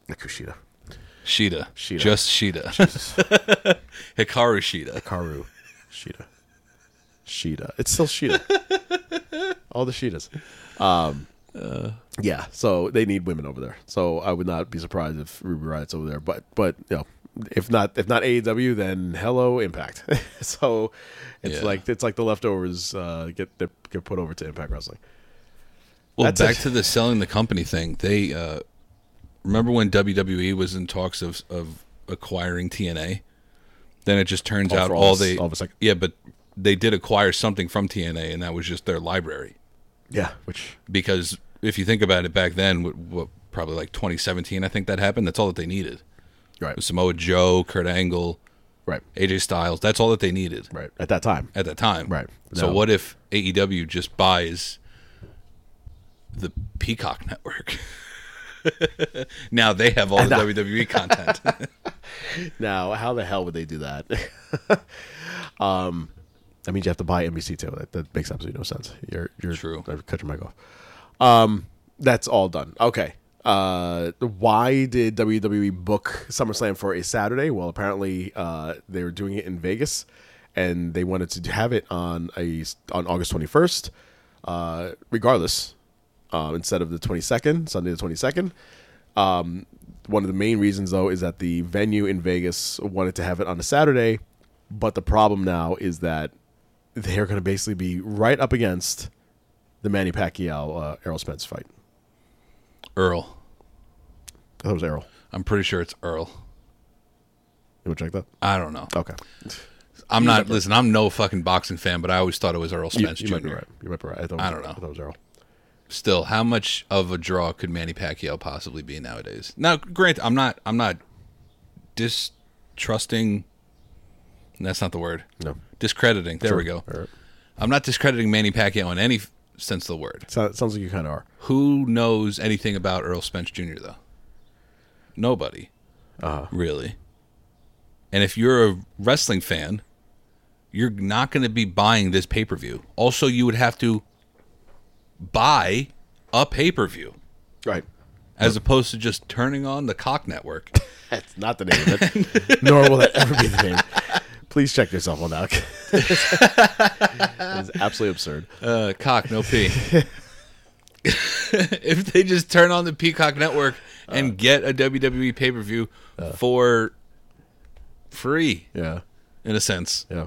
Kushida.
Shida.
Shida.
Just Shida. Hikaru Shida.
Karu. Sheeta. Sheeta. It's still Sheeta. All the Sheetas. Um, yeah, so they need women over there. So I would not be surprised if Ruby Riot's over there. But but you know, if not if not AEW, then hello Impact. so it's
Yeah.
like it's like the leftovers uh, get they get put over to Impact Wrestling.
Well,
That's
back
it.
to the selling the company thing. They uh, remember when WWE was in talks of of acquiring TNA. Then it just turns
All
out
for
all
all,
they
all of a second.
yeah, but they did acquire something from TNA, and that was just their library.
Yeah, which
Because if you think about it, back then, what, what probably like 2017, I think that happened. That's all that they needed.
right
Samoa Joe, Kurt Angle,
right
AJ Styles. That's all that they needed
right at that time.
at that time.
Right.
So
No.
what if AEW just buys the Peacock network? now they have all the WWE content.
Now, how the hell would they do that? um, that means you have to buy NBC too. That, that makes absolutely no sense. You're you're
True.
I cut your mic off. Um, that's all done. Okay. Uh, why did WWE book SummerSlam for a Saturday? Well, apparently, uh, they were doing it in Vegas, and they wanted to have it on a on August twenty first. Uh, regardless, um, instead of the 22nd, Sunday the 22nd. Um, one of the main reasons, though, is that the venue in Vegas wanted to have it on a Saturday, but the problem now is that they're going to basically be right up against the Manny Pacquiao uh, Errol Spence fight.
Earl.
I thought it was Errol.
I'm pretty sure it's Earl.
You want to check that?
I don't know.
Okay.
I'm not listen, I'm no fucking boxing fan, but I always thought it was Earl
You,
Spence
you
Jr.
might be right. You might be right. I, thought it was,
I don't know.
I thought it was Errol.
Still, how much of a draw could Manny Pacquiao possibly be nowadays? Now, grant I'm not I'm not distrusting that's not the word.
No.
Discrediting. There we go.
All right.
I'm not discrediting Manny Pacquiao in any f- sense of the word.
So, sounds like you kind of are.
Who knows anything about Earl Spence Jr. though? Nobody, really. And if you're a wrestling fan, you're not going to be buying this pay per view. Also, you would have to buy a pay per view
Right.
as opposed to just turning on the Cock Network.
That's not the name of it, nor will that ever be the name. Please check yourself on that. it's absolutely absurd.
Uh, cock, no P. if they just turn on the Peacock Network and get a WWE pay per view for free,
Yeah.
in a sense,
Yeah.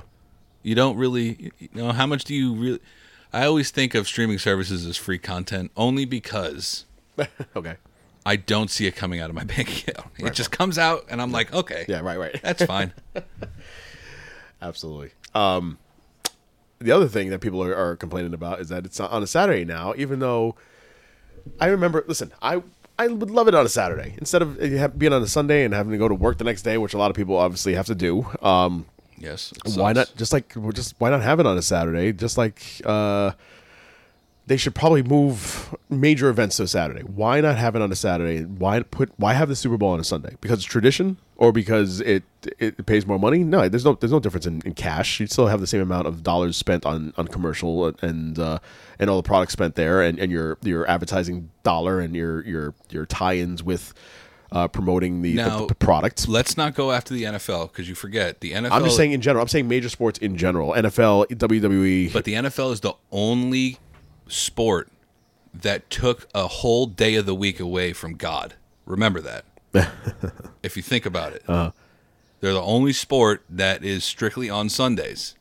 you don't really, you know, how much do you really? I always think of streaming services as free content only because
Okay.
I don't see it coming out of my bank account. It just comes out, and I'm like, okay,
Yeah, right, right.
that's fine.
Absolutely. Um, the other thing that people are, are complaining about is that it's on a Saturday now, even though I remember. Listen, I I would love it on a Saturday instead of it ha- being on a Sunday and having to go to work the next day, which a lot of people obviously have to do. Um,
yes. it
why
sucks.
not just like well, just why not have it on a Saturday? Just like uh, they should probably move major events to a Saturday. Why not have it on a Saturday? Why put why have the Super Bowl on a Sunday? Because it's tradition or because it it pays more money? No, there's no there's no difference in, in cash. You'd still have the same amount of dollars spent on on commercial and uh, and all the products spent there and, and your your advertising dollar and your your your tie-ins with uh, promoting the, the-
Now-
the product.
Let's not go after the NFL because you forget the NFL.
I'm just saying in general. I'm saying major sports in general. NFL, WWE.
But the NFL is the only sport that took a whole day of the week away from God. Remember that. if you think about it,
Uh-huh.
they're the only sport that is strictly on Sundays.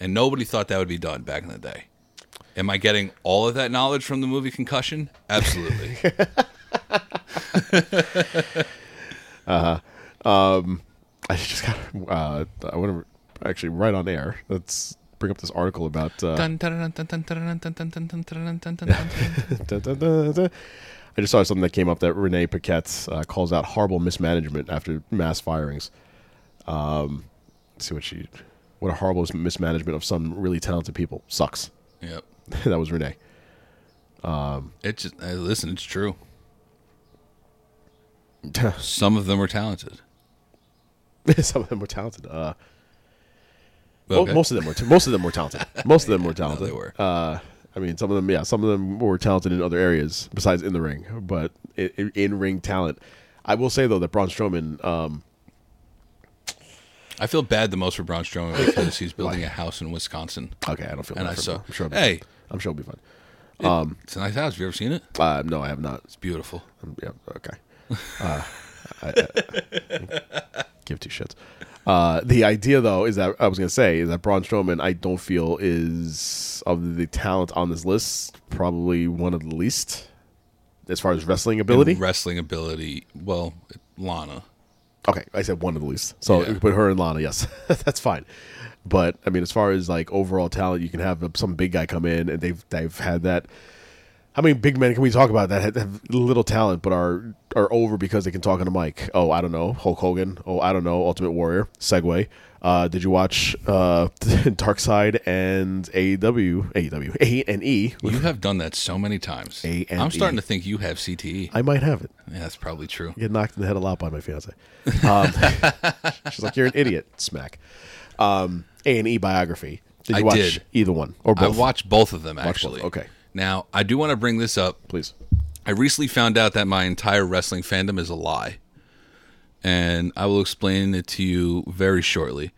And nobody thought that would be done back in the day. Am I getting all of that knowledge from the movie Concussion? Absolutely.
I just got. Uh, I want to actually right on air. Let's bring up this article about. Uh,
Dun, dun, dun, dun, dun, dun, dun, dun, dun, dun, dun, dun, dun, dun.
da, da, da, da. I just saw something that came up that Renee Paquette uh, calls out horrible mismanagement after mass firings. Um, let's see what she. What a horrible mismanagement of some really talented people. Sucks.
yep.
that was Renee.
It's just, uh, listen, it's true. Some of them are talented.
Some of them were talented. Uh, Mo-
Okay.
Most of them were. most of them were talented. Most of them were talented.
they were.
Uh, I mean, some of them, yeah, some of them were talented in other areas besides in the ring, but in, in ring talent, I will say though that Braun Strowman, um,
I feel bad the most for Braun Strowman because he's building a house in Wisconsin.
okay, I don't feel.
And
bad
I
for him.
saw-
I'm sure. it'll be
Hey.
fun. I'm sure it'll be fun.
It's a nice house. Have you ever seen it?
Uh, no, I have not.
It's beautiful.
Um, Yeah. Okay. Uh, I, I- give two shits. Uh, the idea, though, is that I was gonna say is that Braun Strowman, I don't feel is of the talent on this list probably one of the least as far as wrestling ability.
Wrestling ability. Well, Lana.
Okay, I said one of the least. So
Yeah.
you put her and Lana, yes, that's fine. But I mean, as far as like overall talent, you can have some big guy come in, and they've they've had that. How many big men can we talk about that have, have little talent but are are over because they can talk on a mic? Oh, I don't know, Hulk Hogan. Oh, I don't know, Ultimate Warrior. Segway. Uh, did you watch uh, Dark Side and AEW, AEW, A and E?
You have done that so many times.
A and
I'm starting
E.
to think you have CTE.
I might have it.
yeah, that's probably true.
get knocked in the head a lot by my fiance. Um, she's like, "You're an idiot." Smack. Um, A and E biography. Did you
I
watch
did.
either one or
I
both?
watched both of them
both,
actually.
okay.
Now I do want to bring this up.
Please.
I recently found out that my entire wrestling fandom is a lie. And I will explain it to you very shortly.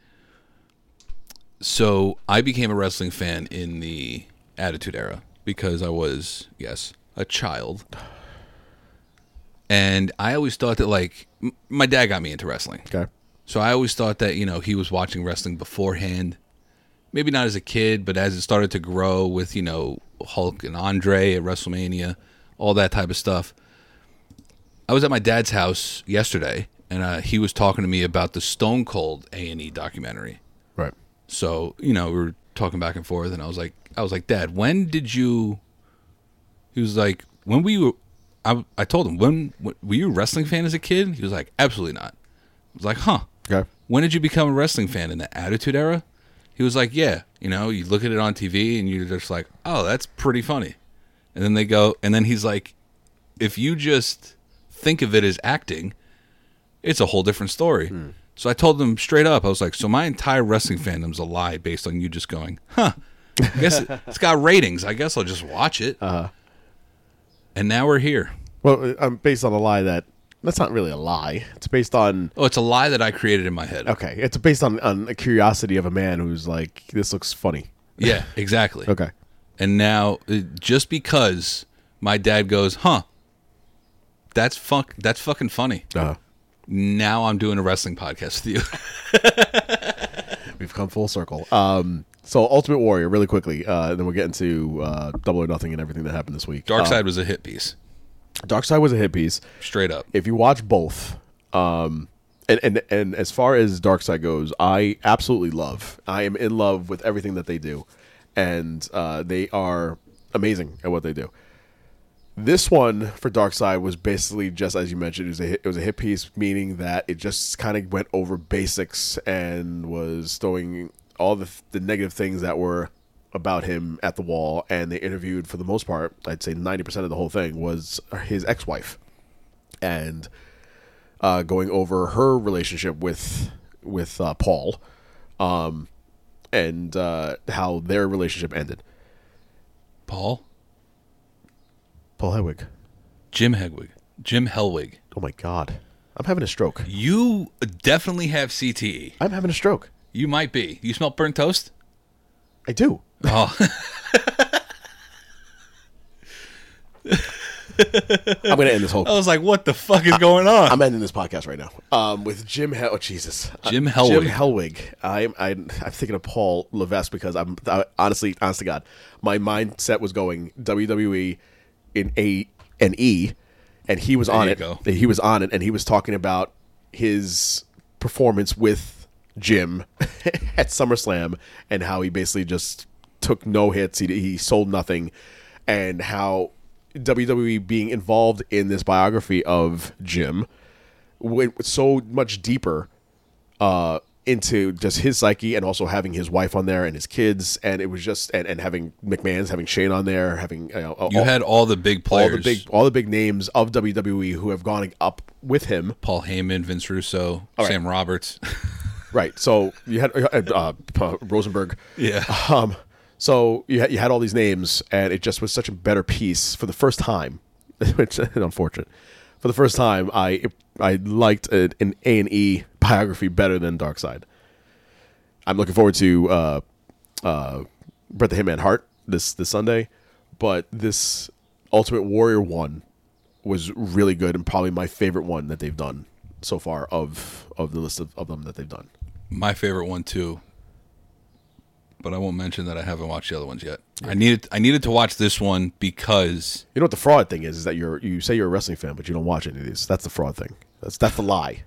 So, I became a wrestling fan in the Attitude Era because I was, yes, a child. And I always thought that, like, m- my dad got me into wrestling.
Okay.
So I always thought that, you know, he was watching wrestling beforehand. Maybe not as a kid, but as it started to grow with, you know, Hulk and Andre at WrestleMania, all that type of stuff. I was at my dad's house yesterday and uh, he was talking to me about the Stone Cold A&E documentary.
Right.
So, you know, we were talking back and forth and I was like I was like, "Dad, when did you He was like, "When we were I I told him, "When were you a wrestling fan as a kid?" He was like, "Absolutely not." I was like, "Huh."
Okay.
when did you become a wrestling fan in the attitude era he was like yeah you know you look at it on tv and you're just like oh that's pretty funny and then they go and then he's like if you just think of it as acting it's a whole different story
Hmm.
so i told them straight up i was like so my entire wrestling fandom's a lie based on you just going huh i guess it- it's got ratings i guess i'll just watch it uh-huh. and now we're here
Well, I'm based on a lie that that's not really a lie. It's based on
oh it's a lie that i created in my head
okay. It's based on on a curiosity of a man who's like, "This looks funny."
yeah exactly
Okay.
And now, uh, just because my dad goes, "Huh, that's fuck, that's fucking funny."
Uh,
Now I'm doing a wrestling podcast with you.
We've come full circle. Um. So, Ultimate Warrior, really quickly, uh, and then we'll get into uh, Double or Nothing and everything that happened this week.
Dark
Uh,
Side was a hit piece,
Dark Side was a hit piece.
straight up.
if you watch both, um, and, and and as far as Dark Side goes, I absolutely love. I am in love with everything that they do, and uh, they are amazing at what they do. This one for Dark Side was basically just as you mentioned, it was a hit, it was a hit piece, meaning that it just kind of went over basics and was throwing all the the negative things that were about him at the wall. And they interviewed for the most part, I'd say ninety percent of the whole thing was his ex wife and uh, going over her relationship with with uh, Paul, um, and uh, how their relationship ended.
Paul,
Paul Hedwig.
Jim Hegwig, Jim Helwig.
Oh my God, I'm having a stroke.
You definitely have CTE.
I'm having a stroke.
You might be. You smell burnt toast.
I do.
Oh,
I'm gonna end this whole.
I was like, "What the fuck is going on?"
I'm ending this podcast right now. Um, with Jim. Hel- oh Jesus, Uh,
Jim Helwig.
Jim Helwig. I'm I'm, I'm thinking of Paul Levesque because I'm I, honestly, honest to God, my mindset was going WWE in A and E, and he was on
you
it.
go.
He was on it, and he was talking about his performance with Jim at SummerSlam and how he basically just took no hits. He he sold nothing, and how WWE being involved in this biography of Jim went so much deeper uh, into just his psyche and also having his wife on there and his kids and it was just and, and having McMahon's having Shane on there having you, know,
you
all,
had all the big
all
players:
the big all the big names of WWE who have gone up with him
Paul Heyman, Vince Russo,
right.
Sam Roberts.
right so you had uh, uh, Rosenberg
Yeah.
um so you had, you had all these names and it just was such a better piece for the first time which is unfortunate for the first time, I I liked a- an A and E biography better than Dark Side. I'm looking forward to uh, uh, Bret the Hitman Hart this this Sunday, but this Ultimate Warrior one was really good and probably my favorite one that they've done so far of of the list of, of them that they've done.
My favorite one too. But I won't mention that I haven't watched the other ones yet. I needed I needed to watch this one because
You know what the fraud thing is? Is that you're you say you're a wrestling fan, but you don't watch any of these. That's the fraud thing. That's that's the lie.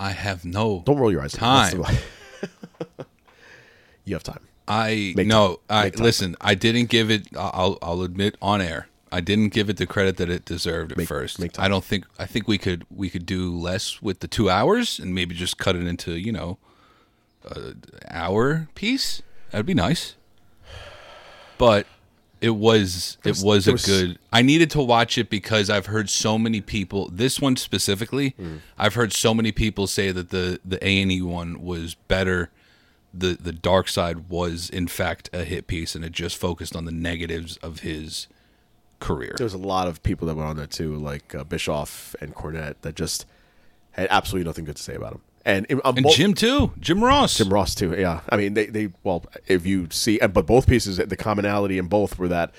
I have no
Don't roll your eyes. That's the
Time.
lie. you have time.
I
Make
no.
time.
I
Make time.
listen. I didn't give it. I- I'll I'll admit on air. I didn't give it the credit that it deserved at first.
make time.
I don't think. I think we could we could do less with the two hours and maybe just cut it into you know, a hour piece. That'd be nice. But it was it was,
there
a
was-
good. I needed to watch it because I've heard so many people. This one specifically,
Hmm.
I've heard so many people say that the the A and E one was better the the dark side was in fact a hit piece and it just focused on the negatives of his career.
There's a lot of people that went on there too, like uh, Bischoff and Cornette, that just had absolutely nothing good to say about him. And, uh, it- on
And
both-
Jim too. Jim Ross.
Jim Ross too. Yeah, I mean they they well if you see and but both pieces the commonality in both were that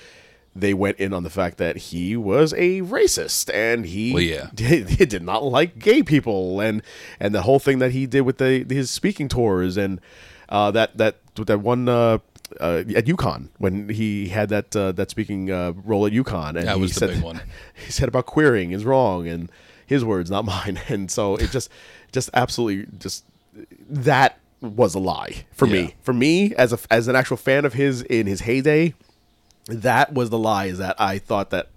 they went in on the fact that he was a racist and he
Well, yeah.
did, he did not like gay people and and the whole thing that he did with the his speaking tours and uh, that that that one. Uh, uh, at UConn, when he had that uh, that speaking uh, role at UConn, and
That
he
was the
said,
big one.
he said about queering is wrong and his words not mine and so it just just absolutely just that was a lie for
Yeah.
me for me as a as an actual fan of his in his heyday that was the lie is that i thought that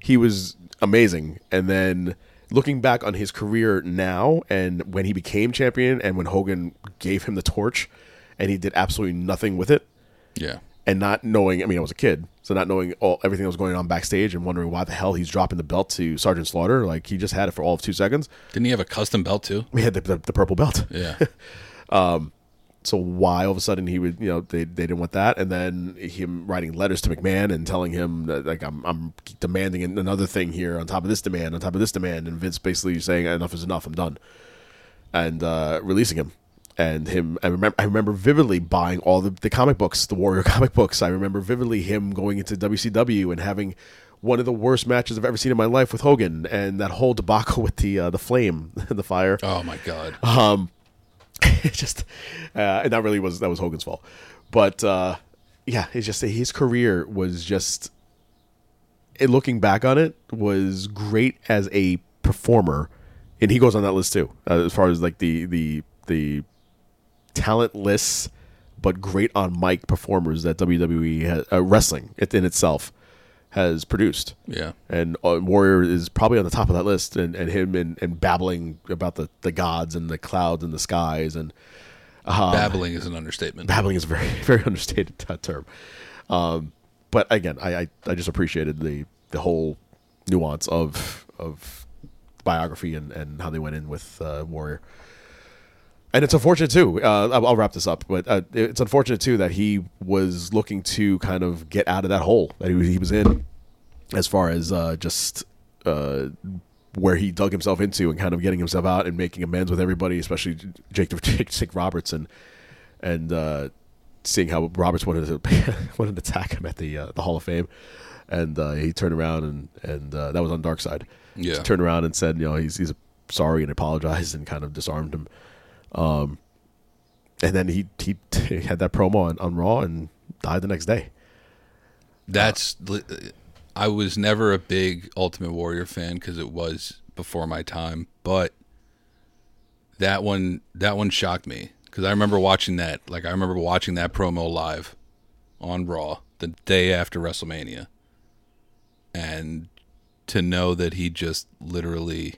he was amazing and then looking back on his career now and when he became champion and when hogan gave him the torch and he did absolutely nothing with it
Yeah.
and not knowing i mean i was a kid so not knowing all everything that was going on backstage and wondering why the hell he's dropping the belt to sergeant slaughter like he just had it for all of two seconds
Didn't he have a custom belt too?
we had the, the, the purple belt
Yeah.
so why all of a sudden he would you know they, they didn't want that and then him writing letters to mcmahon and telling him that like i'm, I'm demanding an- another thing here on top of this demand on top of this demand and vince basically saying enough is enough i'm done and uh, releasing him and him I remember I remember vividly buying all the, the comic books the warrior comic books I remember vividly him going into WCW and having one of the worst matches I've ever seen in my life with Hogan and that whole debacle with the uh, the flame the fire
Oh my god.
Uh, it just uh, and that really was that was Hogan's fault. But uh, yeah, it's just his career was just it, looking back on it was great as a performer, and he goes on that list too uh, as far as like the the the talentless but great on mic performers that WWE has, uh, wrestling it- in itself has produced.
Yeah.
And uh, Warrior is probably on the top of that list, and, and him and, and babbling about the, the gods and the clouds and the skies and uh,
Babbling is an understatement.
babbling is a very very understated uh, term. Um, but again, I, I I just appreciated the the whole nuance of of biography and and how they went in with uh, Warrior. And it's unfortunate too. Uh, I'll I'll wrap this up, but uh, it's unfortunate too that he was looking to kind of get out of that hole that he was, he was in, as far as uh, just uh, where he dug himself into and kind of getting himself out and making amends with everybody, especially Jake Jake, Jake Robertson, and uh, seeing how Roberts wanted to wanted to attack him at the uh, the Hall of Fame, and uh, he turned around and and uh, that was on Dark Side.
Yeah.
He turned around and said, you know, he's he's sorry and apologized and kind of disarmed him. Um, and then he he had that promo on, on Raw and died the next day.
That's li- uh, I was never a big Ultimate Warrior fan cuz it was before my time, but that one that one shocked me cuz I remember watching that. Like I remember watching that promo live on Raw the day after WrestleMania. And to know that he just literally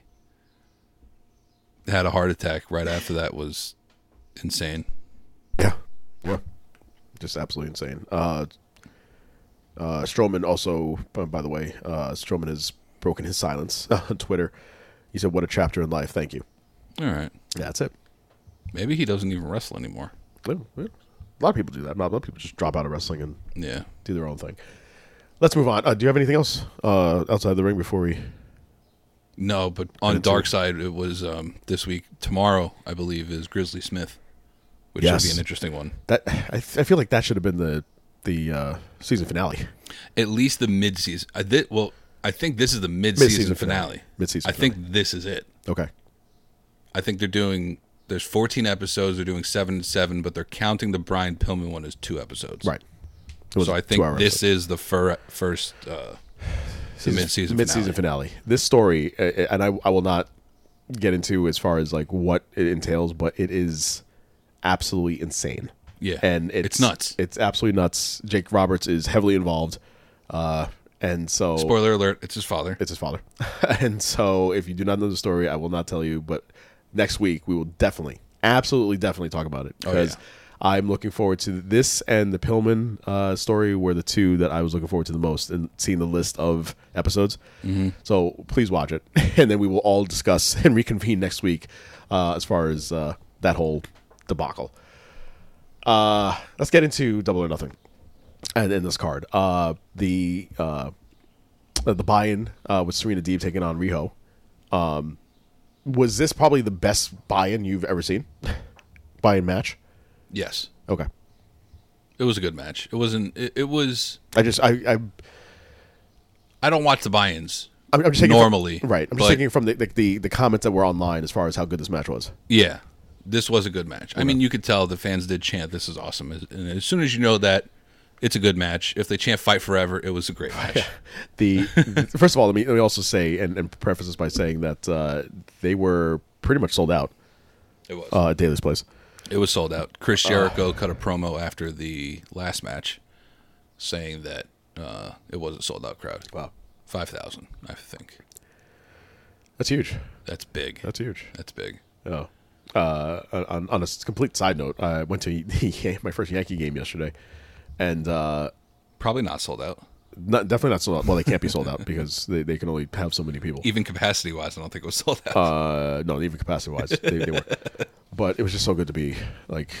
had a heart attack right after that was insane.
Yeah. Yeah. Just absolutely insane. Uh, uh, Strowman also, by- by the way, uh, Strowman has broken his silence on Twitter. He said, What a chapter in life. Thank you.
All right.
That's it.
Maybe he doesn't even wrestle anymore.
Yeah, yeah. A lot of people do that. A lot of people just drop out of wrestling and
Yeah.
do their own thing. Let's move on. Uh, do you have anything else uh, outside the ring before we
No, but on Dark Side it was um, this week. Tomorrow, I believe, is Grizzly Smith, which should
Yes.
be an interesting one.
That I, th- I feel like that should have been the the uh, season finale.
At least the mid season. I thi- well, I think this is the mid
Mid-season
season
finale.
finale.
Mid-season
I think this is it.
Okay.
I think they're doing. There's 14 episodes. They're doing seven and seven, but they're counting the Brian Pillman one as two episodes.
Right. It was
So I
a
think
two-hour
this
episode.
is the fir- first uh, the mid-season
mid-season
finale.
finale. This story, uh, uh, and I, I will not get into as far as like what it entails, but it is absolutely insane.
Yeah.
and it's,
It's nuts.
It's absolutely nuts. Jake Roberts is heavily involved, uh, and so
Spoiler alert! It's his father.
it's his father. and so, if you do not know the story, I will not tell you. But next week, we will definitely, absolutely, definitely talk about it
Oh,
because
yeah.
I'm looking forward to this and the Pillman uh, story were the two that I was looking forward to the most and seeing the list of episodes.
Mm-hmm.
So please watch it, and then we will all discuss and reconvene next week uh, as far as uh, that whole debacle. Uh, let's get into Double or Nothing, and in this card, uh, the uh, uh, the buy-in uh, with Serena Deeb taking on Riho. Um, was this probably the best buy-in you've ever seen? buy-in match.
yes,
Okay,
it was a good match. It wasn't. It, it was.
I just I, I I'm,
I don't watch the buy-ins.
I'm just taking
normally
from, right. I'm
but
just taking from the, the the the comments that were online as far as how good this match was.
Yeah, this was a good match. I mean, you could tell the fans did chant, "This is awesome," As- and as soon as you know that, it's a good match. If they chant "Fight Forever," it was a great match.
The first of all, let me let me also say and, and preface this by saying that uh, they were pretty much sold out
It was.
uh, at Daly's place.
It was sold out. Chris Jericho cut a promo after the last match, saying that uh, it was a sold out crowd.
Wow.
five thousand, I think.
That's huge.
That's big.
That's huge.
That's big.
Oh. Uh, on, on a s- complete side note, I went to the, my first Yankee game yesterday, and uh,
Probably not sold out.
not, definitely not sold out. Well, they can't be sold out because they, they can only have so many people.
Even capacity wise, I don't think it was sold out.
Uh, no, even capacity wise, they, they were. But it was just so good to be like,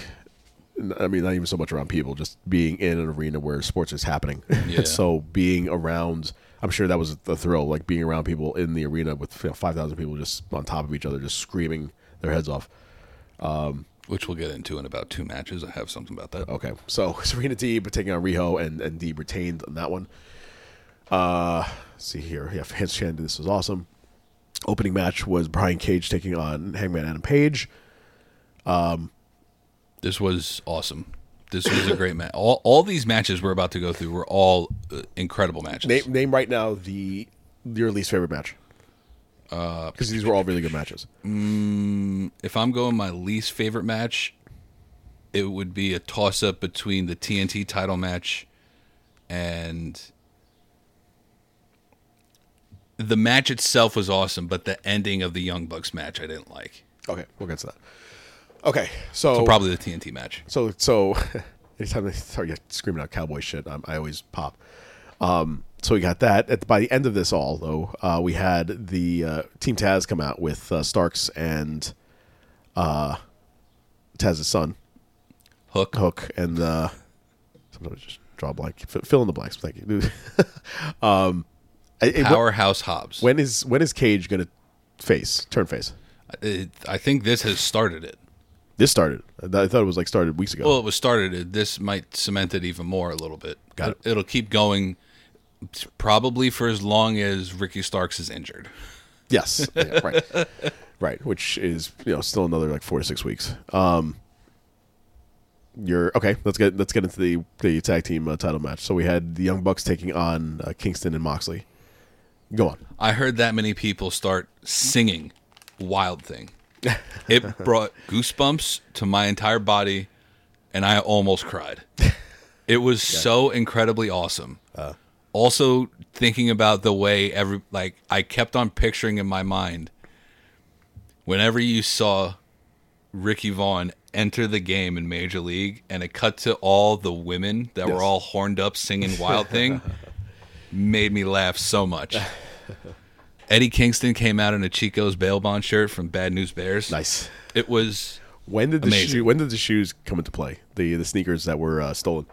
n- I mean, not even so much around people, just being in an arena where sports is happening.
Yeah.
so being around, I'm sure that was the thrill, like being around people in the arena with you know, five thousand people just on top of each other, just screaming their heads off.
which we'll get into in about two matches. I have something about that.
Okay, so Serena Deeb taking on Riho, and and Deeb retained on that one. Uh, let's see here, yeah, fans chanted this was awesome. Opening match was Brian Cage taking on Hangman Adam Page.
This was awesome. This was a great match. All, all these matches we're about to go through were all uh, incredible matches.
Name name right now the your least favorite match. Because these were all really good matches.
if I'm going my least favorite match, it would be a toss up between the TNT title match and the match itself was awesome, but the ending of the Young Bucks match I didn't like.
Okay, we'll get to that. Okay, so
So probably the TNT match.
So so, anytime they start screaming out cowboy shit, i I always pop. Um, so we got that. At by the end of this all, though, uh, we had the uh, team Taz come out with uh, Starks and uh, Taz's son
Hook.
Hook, and uh, sometimes I just draw a blank. F- fill in the blanks. Thank you. um, I- I- when-
Powerhouse Hobbs.
when is when is Cage gonna face turn face?
It- I think this has started it.
This started. I th- I thought it was like started weeks ago.
Well, it was started. it- This might cement it even more a little bit.
Got it.
It'll keep going probably for as long as Ricky Starks is injured.
Yes. Yeah, right. right. Which is you know still another like four to six weeks. Um. You're okay. Let's get let's get into the the tag team uh, title match. So we had the Young Bucks taking on uh, Kingston and Moxley. Go on.
I heard that many people start singing Wild Thing. It brought goosebumps to my entire body, and I almost cried. It was so incredibly awesome. also, thinking about the way every, like, I kept on picturing in my mind whenever you saw Ricky Vaughn enter the game in Major League and it cut to all the women that
Yes.
were all horned up singing Wild Thing made me laugh so much. Eddie Kingston came out in a Chico's bail bond shirt from Bad News Bears.
Nice.
It was
When did the
Amazing.
shoe, when did the shoes come into play? The the sneakers that were uh, stolen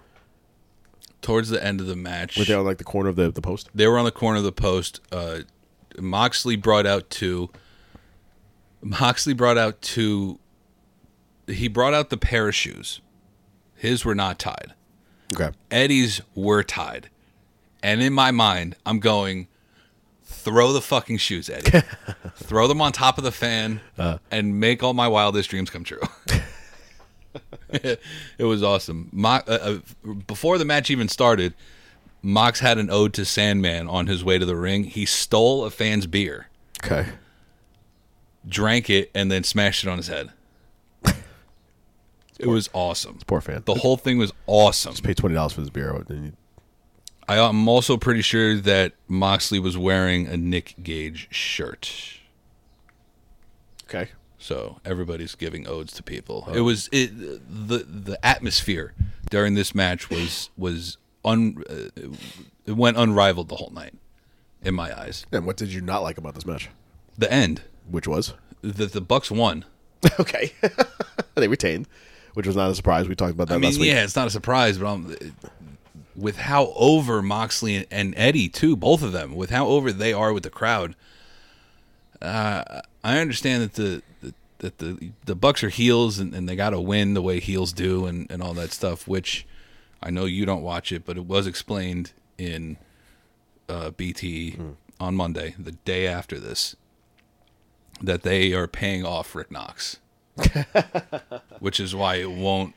towards the end of the match.
were they on like the corner of the, the post?
They were on the corner of the post. Uh, Moxley brought out two. Moxley brought out two. He brought out the pair of shoes. His were not tied.
Okay.
Eddie's were tied. And in my mind, I'm going, throw the fucking shoes, Eddie. throw them on top of the fan
Uh.
and make all my wildest dreams come true. it was awesome. Mo- uh, uh, before the match even started, Mox had an ode to Sandman on his way to the ring. He stole a fan's beer,
Okay.
drank it, and then smashed it on his head. It was awesome.
Poor fan.
The whole thing was awesome.
Pay twenty dollars for this beer. and then you-
I, I'm also pretty sure that Moxley was wearing a Nick Gage shirt.
Okay.
So everybody's giving odes to people. It was it the the atmosphere during this match was was un uh, it went unrivaled the whole night in my eyes.
And what did you not like about this match?
The end
Which was
that the Bucks won.
okay. they retained, which was not a surprise. We talked about that
I mean,
last week.
yeah, it's not a surprise, but I'm, with how over Moxley and, and Eddie too, both of them, with how over they are with the crowd, uh, I understand that the, the that the the Bucks are heels and, and they got to win the way heels do and and all that stuff. Which I know you don't watch it, but it was explained in uh, BT
Hmm.
on Monday, the day after this, that they are paying off Rick Knox, which is why it won't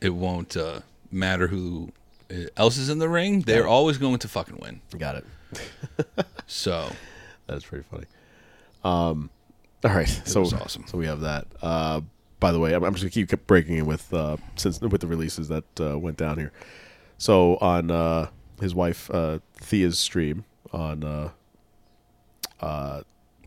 it won't uh, matter who uh, else is in the ring. They're always going to fucking win.
Got it.
So
That's pretty funny. Um, all right, so
was awesome.
So we have that. Uh, by the way, I'm, I'm just gonna keep breaking in with uh, since with the releases that uh, went down here. So on uh, his wife uh, Thea's stream on. Uh,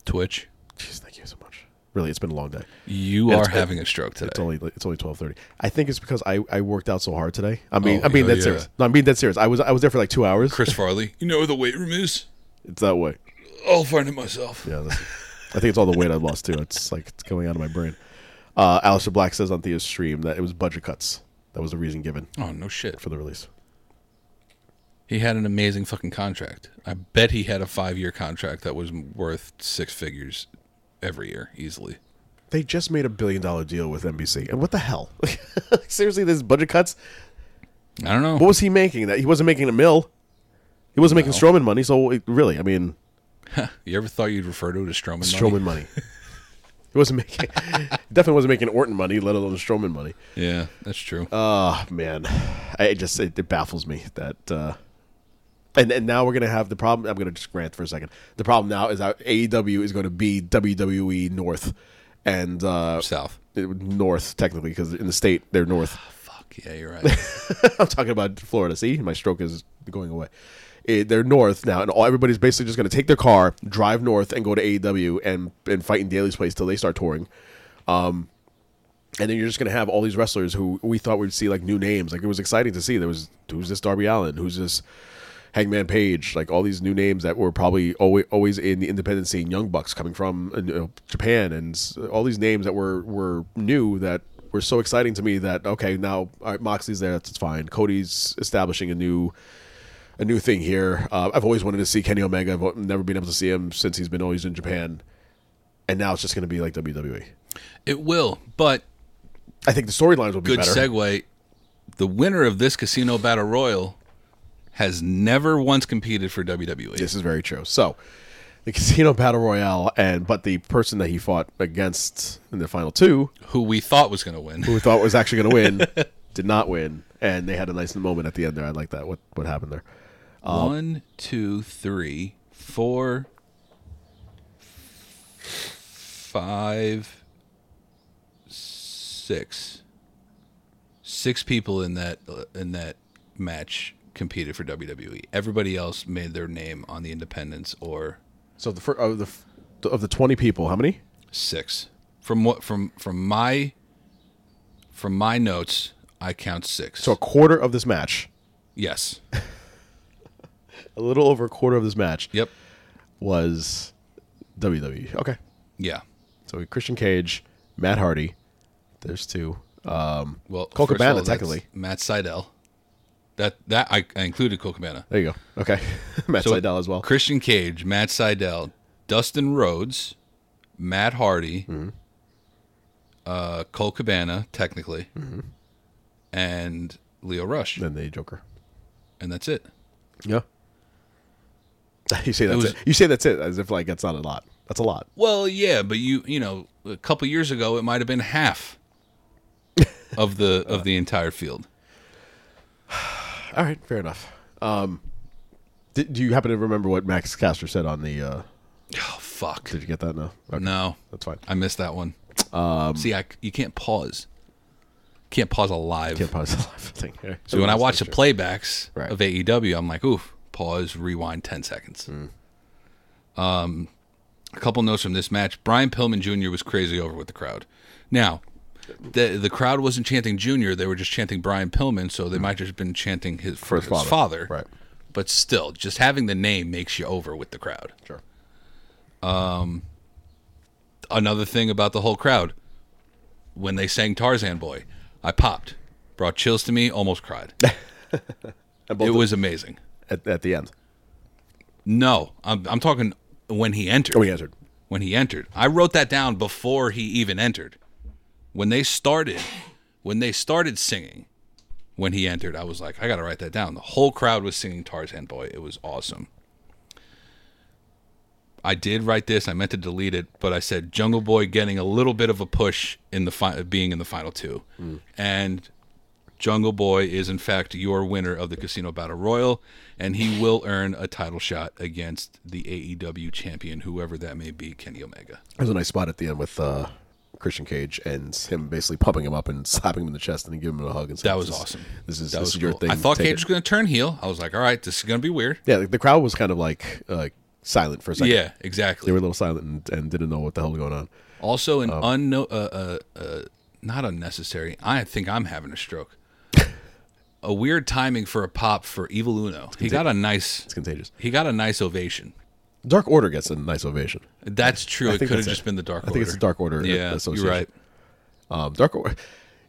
Twitch,
Jeez, thank you so much. Really, it's been a long day.
you
It's-
are having a stroke today.
It's only it's only twelve thirty. I think it's because I, I worked out so hard today. I mean
Oh,
I mean
oh,
that's
yeah.
serious. No, I'm being dead serious. I was I was there for like two hours.
Chris Farley, you know where the weight room is.
It's that way.
I'll find it myself.
Yeah, that's, I think it's all the weight I lost too. It's like it's going out of my brain. Uh, Alistair Black says on Thea's stream that it was budget cuts. That was the reason given
Oh no shit!
for the release.
He had an amazing fucking contract. I bet he had a five-year contract that was worth six figures every year easily.
They just made a billion dollar deal with NBC, and what the hell? Like, Seriously, there's budget cuts.
I don't know.
What was he making? That he wasn't making a mill. He wasn't making Strowman money. So it, really, I mean,
you ever thought you'd refer to it as Strowman? money?
Strowman money. he wasn't making. definitely wasn't making Orton money, let alone Strowman money.
Yeah, that's true.
Oh man, I it just it, it baffles me that. Uh, and and now we're gonna have the problem. I'm gonna just rant for a second. The problem now is that AEW is going to be WWE North, and uh,
South.
it- North technically because in the state they're North.
Fuck yeah, you're right.
I'm talking about Florida. See, my stroke is going away. It, they're North now, and all everybody's basically just gonna take their car, drive north, and go to AEW and and fight in Daly's place till they start touring. And then you're just going to have all these wrestlers who we thought we'd see like new names. Like it was exciting to see. There was who's this Darby Allen? Who's this Hangman Page? Like all these new names that were probably always always in the independent scene. Young Bucks coming from uh, you know, Japan and s- all these names that were were new that were so exciting to me that okay now all right, Moxley's there that's fine. Cody's establishing a new a new thing here. Uh, I've always wanted to see Kenny Omega. I've o- never been able to see him since he's been always in Japan, and now it's just going to be like WWE.
it will, but
I think the storylines will be
good
better.
segue. The winner of this casino battle royal has never once competed for E. WWE.
This is very true. So, the casino battle royale, and but the person that he fought against in the final two,
Who we thought was going to win.
who we thought was actually going to win, did not win, and they had a nice moment at the end there. I like that. What what happened there?
One, two, three, four, five, six. Six people in that uh, in that match competed for WWE. Everybody else made their name on the independents or
So the fir- of the f- of the twenty people, how many?
six. From what from from my from my notes, I count six.
So a quarter of this match,
yes.
a little over a quarter of this match,
Yep.
was WWE. Okay,
Yeah.
so Christian Cage, Matt Hardy, there's two. Um,
Well,
Cole
first of all,
Cabana,
that's
technically.
Matt Seidel. That that I, I included Cole Cabana.
There you go. Okay. Matt Seidel as well.
Christian Cage, Matt Seidel, Dustin Rhodes, Matt Hardy,
Mm-hmm.
uh, Cole Cabana, technically,
Mm-hmm.
and Leo Rush,
then the Joker.
and that's it.
Yeah. You say that's it,
was-
You say that's it as if like that's not a lot. That's a lot.
Well, yeah, but you you know a couple years ago it might have been half of the of the entire field.
All right, fair enough. Um, di- do you happen to remember what Max Caster said on the? Uh,
Oh fuck!
did you get that? No. Okay.
No,
That's fine. Um,
I missed that one. See, I, you can't pause. Can't pause a live.
Can't pause the live thing. here.
So when I watch the playbacks
Right.
of AEW, I'm like, oof, pause, rewind 10 seconds.
Hmm.
Um, a couple notes from this match. Brian Pillman Jr. was crazy over with the crowd. Now, the the crowd wasn't chanting Jr., they were just chanting Brian Pillman, so they might just have been chanting his, for
Mm. his
his
father.
father.
Right.
But still, just having the name makes you over with the crowd. Um,
sure.
Another thing about the whole crowd when they sang Tarzan Boy, I popped, brought chills to me, almost cried.
And both
it
of-
was amazing.
at, at the end.
No, I'm, I'm talking when he entered.
Oh, he answered.
When he entered, I wrote that down before he even entered. When they started, when they started singing, when he entered, I was like, I gotta write that down. The whole crowd was singing Tarzan Boy. It was awesome. I did write this. I meant to delete it, but I said Jungle Boy getting a little bit of a push in the fi- being in the final two, and Jungle Boy is in fact your winner of the Casino Battle Royal, and he will earn a title shot against the AEW champion, whoever that may be, Kenny Omega.
There's a nice spot at the end with uh, Christian Cage and him basically pumping him up and slapping him in the chest and then giving him a hug. And saying,
That was
"This is-
awesome.
This is
That
this
was
is your
cool.
thing.
I thought
Take
Cage was
it."
going to turn heel. I was like, all right, this is going to be weird.
Yeah, the, the crowd was kind of like uh, silent for a second.
Yeah, exactly.
They were Oh. a little silent and, and didn't know what the hell was going on.
also, an unno- uh, uh, uh, not unnecessary. I think I'm having a stroke. a weird timing for a pop for Evil Uno. He got a nice.
It's contagious.
He got a nice ovation.
Dark Order gets a nice ovation.
That's true.
I
It
think
could have
that's
just
it.
been the Dark
I
Order.
think it's the Dark Order
Yeah, you're
Association.
right.
Um, Dark Order.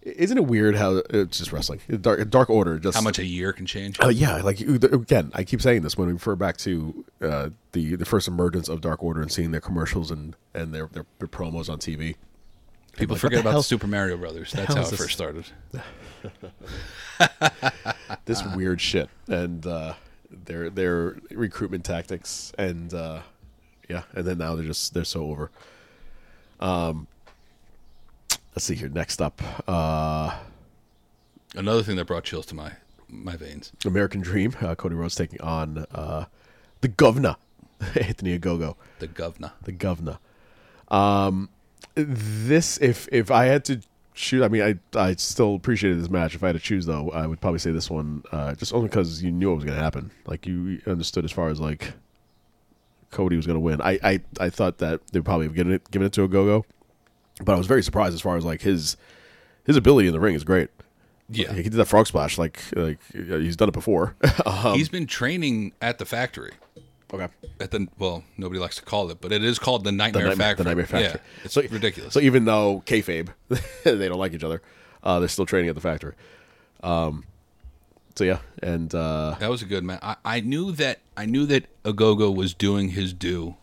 Isn't it weird how uh, it's just wrestling? Dark, Dark Order. Just
How much a year can change?
Uh, yeah, like you- the- again, I keep saying this when we refer back to uh, the the first emergence of Dark Order and seeing their commercials and and their their, their promos on TV.
People
like, what
forget
the
about
hell-
the Super Mario Brothers. That's
hell
how
is
it
this?
first started.
This
Ah.
weird shit and uh, their their recruitment tactics and uh, yeah, and then now they're just they're so over. Um, let's see here. Next up, uh,
Another thing that brought chills to my my veins.
American Dream. Uh, Cody Rhodes taking on uh, the Governor, Anthony Agogo.
The governor.
the governor. Um, this if if I had to choose, I mean, I I still appreciated this match. If I had to choose, though, I would probably say this one, uh, just only because you knew it was going to happen. Like you understood as far as like Cody was going to win. I, I I thought that they would probably have given it given it to a go go, but I was very surprised as far as like his his ability in the ring is great.
Yeah.
he did that frog splash like like uh, he's done it before. Um,
He's been training at the factory.
okay.
At the well, nobody likes to call it, but it is called the
the
Nightmare,
nightmare,
Factory.
the nightmare factory.
Yeah, it's ridiculous.
So even though kayfabe, they don't like each other, uh, they're still training at the factory. Um, so yeah, and uh,
that was a good man. I, I knew that I knew that Agogo was doing his due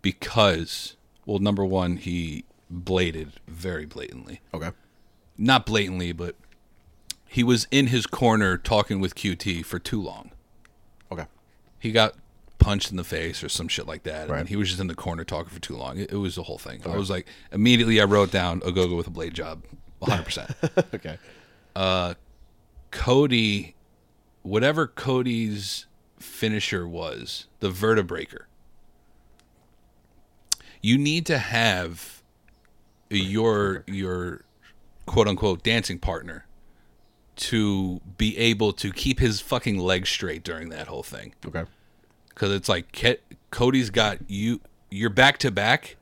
because well, number one, he bladed very blatantly.
okay,
Not blatantly, but he was in his corner talking with QT for too long.
okay,
he got punched in the face or some shit like that.
Right.
And he was just in the corner talking for too long. It, it was the whole thing. I was like, immediately I wrote down Agogo with a blade job, 100%.
okay,
Cody, whatever Cody's finisher was, the vertebraker, you need to have your, your quote unquote dancing partner to be able to keep his fucking legs straight during that whole thing
okay,
because it's like Ke- Cody's got you. You're back to back,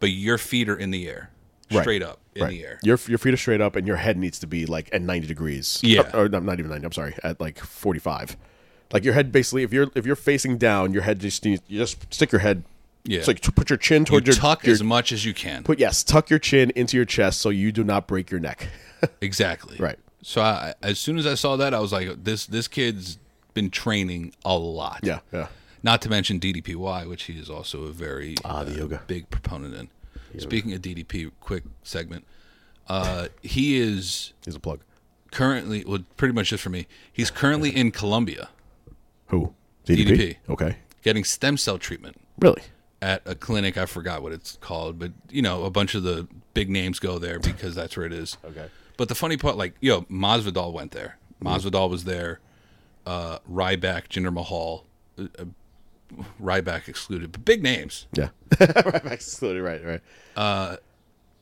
but your feet are in the air,
Right.
straight up in
right.
the air.
Your your feet are straight up, and your head needs to be like at ninety degrees.
Yeah.
or, no, not even ninety. I'm sorry, at like forty five. Like your head, basically, if you're if you're facing down, your head just needs you just stick your head.
Yeah.
So you t- put your chin
You
towards your
tuck
your-
as much as you can.
Put yes, tuck your chin into your chest so you do not break your neck.
exactly.
Right.
So I, as soon as I saw that, I was like, this this kid's been training a lot.
Yeah, yeah.
Not to mention DDPY, which he is also a very uh,
Ah, the yoga.
big proponent in. Speaking of DDP, quick segment. Uh, he is
Here's a plug.
currently, well, pretty much just for me. He's currently in Colombia
Who?
DDP.
Okay.
getting stem cell treatment
Really?
at a clinic. I forgot what it's called, but you know, a bunch of the big names go there because that's where it is.
Okay.
But the funny part, like, yo, Masvidal went there. Masvidal was there. Uh, Ryback, Jinder Mahal, uh, uh, Ryback excluded, but big names.
Yeah. right, absolutely right, right.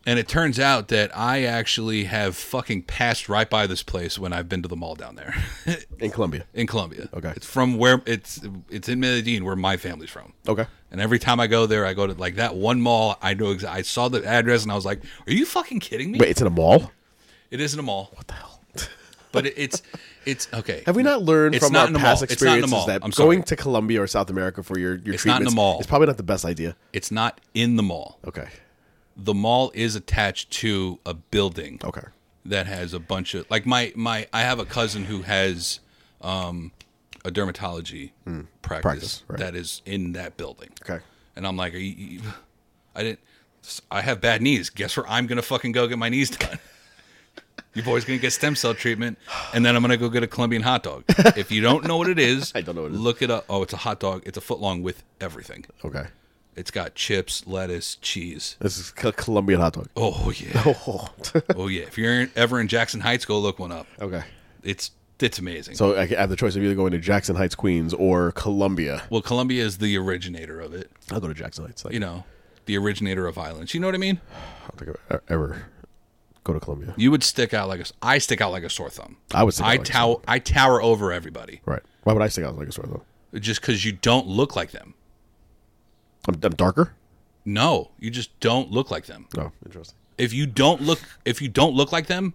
And it turns out that I actually have fucking passed right by this place when I've been to the mall down there
In Colombia.
in Colombia.
Okay.
It's from where it's it's in Medellin, where my family's from.
Okay.
And every time I go there, I go to like that one mall. I know exa- I saw the address and I was like, "Are you fucking kidding me?"
Wait, it's in a mall?
It isn't a mall,
What the hell?
but it, it's it's okay.
Have we not learned
It's
from
not
our
in a
past
mall. It's not in a
experiences
mall.
that
I'm
going
sorry.
to Colombia or South America for your, your
It's not in a
treatments
mall.
is probably not the best idea?
It's not in the mall.
Okay.
The mall is attached to a building.
Okay.
That has a bunch of like my my I have a cousin who has um a dermatology
Hmm.
practice,
practice, right.
that is in that building.
Okay.
And I'm like, Are you, you- I didn't I have bad knees. Guess where I'm going to fucking go get my knees done? Your boy's gonna get stem cell treatment, and then I'm gonna go get a Colombian hot dog. If you don't know what it is,
I don't know what it is.
Look it up. Oh, it's a hot dog. It's a foot long with everything.
Okay.
It's got chips, lettuce, cheese.
This is a Colombian hot dog.
Oh yeah,
Oh.
oh yeah. If you're in- ever in Jackson Heights, go look one up.
okay.
It's it's amazing.
So I have the choice of either going to Jackson Heights, Queens, or Columbia.
well, Colombia is the originator of it.
I'll go to Jackson Heights. Like,
You know, the originator of violence. You know what I mean?
I don't think I've e- ever go to Columbia.
You would stick out like a. s- I stick out like a sore thumb.
I would stick out
I
like a
tow-
sore
I tower over everybody
Right. Why would I stick out like a sore though?
just because you don't look like them.
I'm, I'm darker.
No, you just don't look like them.
Oh, interesting.
If you don't look, if you don't look like them,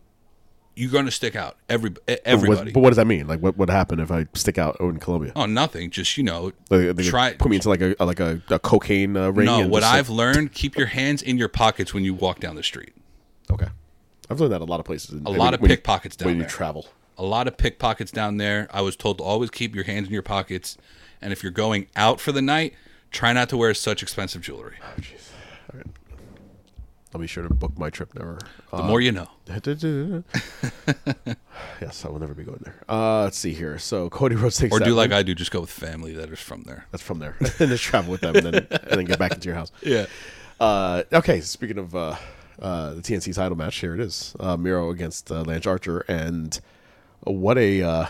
you're gonna stick out. Every e-
But what-
everybody.
but what does that mean? Like, what would happen if I stick out in Colombia?
Oh, nothing. Just you know,
Like, they could
try
put me into like a like a, a cocaine uh, ring.
No,
and
what
just, like-
I've learned: keep your hands in your pockets when you walk down the street.
okay, I've learned that a lot of places. A
lot of pickpockets down
when
there.
you travel.
A lot of pickpockets down there. I was told to always keep your hands in your pockets, and if you're going out for the night, try not to wear such expensive jewelry.
I'll be sure to book my trip. Never.
The more you know.
yes, I will never be going there. Uh, let's see here. So Cody Rhodes takes
Or
that
do like
one.
I do, just go with family that is from there.
that's from there, and just travel with them, and then and then get back into your house.
Yeah.
Uh, okay, speaking of uh, uh, the TNC title match, here it is: uh, Miro against uh, Lance Archer, and what a uh,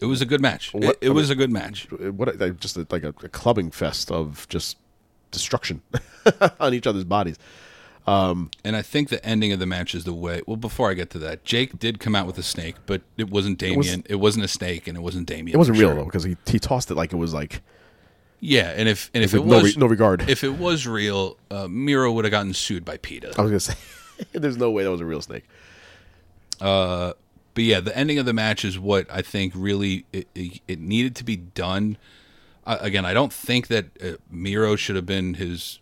It was a good match. It,
What-
it was a good match.
what a, like, just a, like a, a clubbing fest of just destruction on each other's bodies.
And I think the ending of the match is the way. Well, before I get to that, Jake did come out with a snake, but it wasn't
was-
Damien. It, was, not a snake, and it wasn't Damien.
It wasn't
for
real
sure.
though because he, he tossed it like it was like
Yeah, and if and if it
With no
was
re- no regard.
if it was real, uh, Miro would have gotten sued by PETA.
I was gonna say. There's no way that was a real snake.
But yeah, the ending of the match is what I think really it, it, it needed to be done. Uh, again, I don't think that uh, Miro should have been his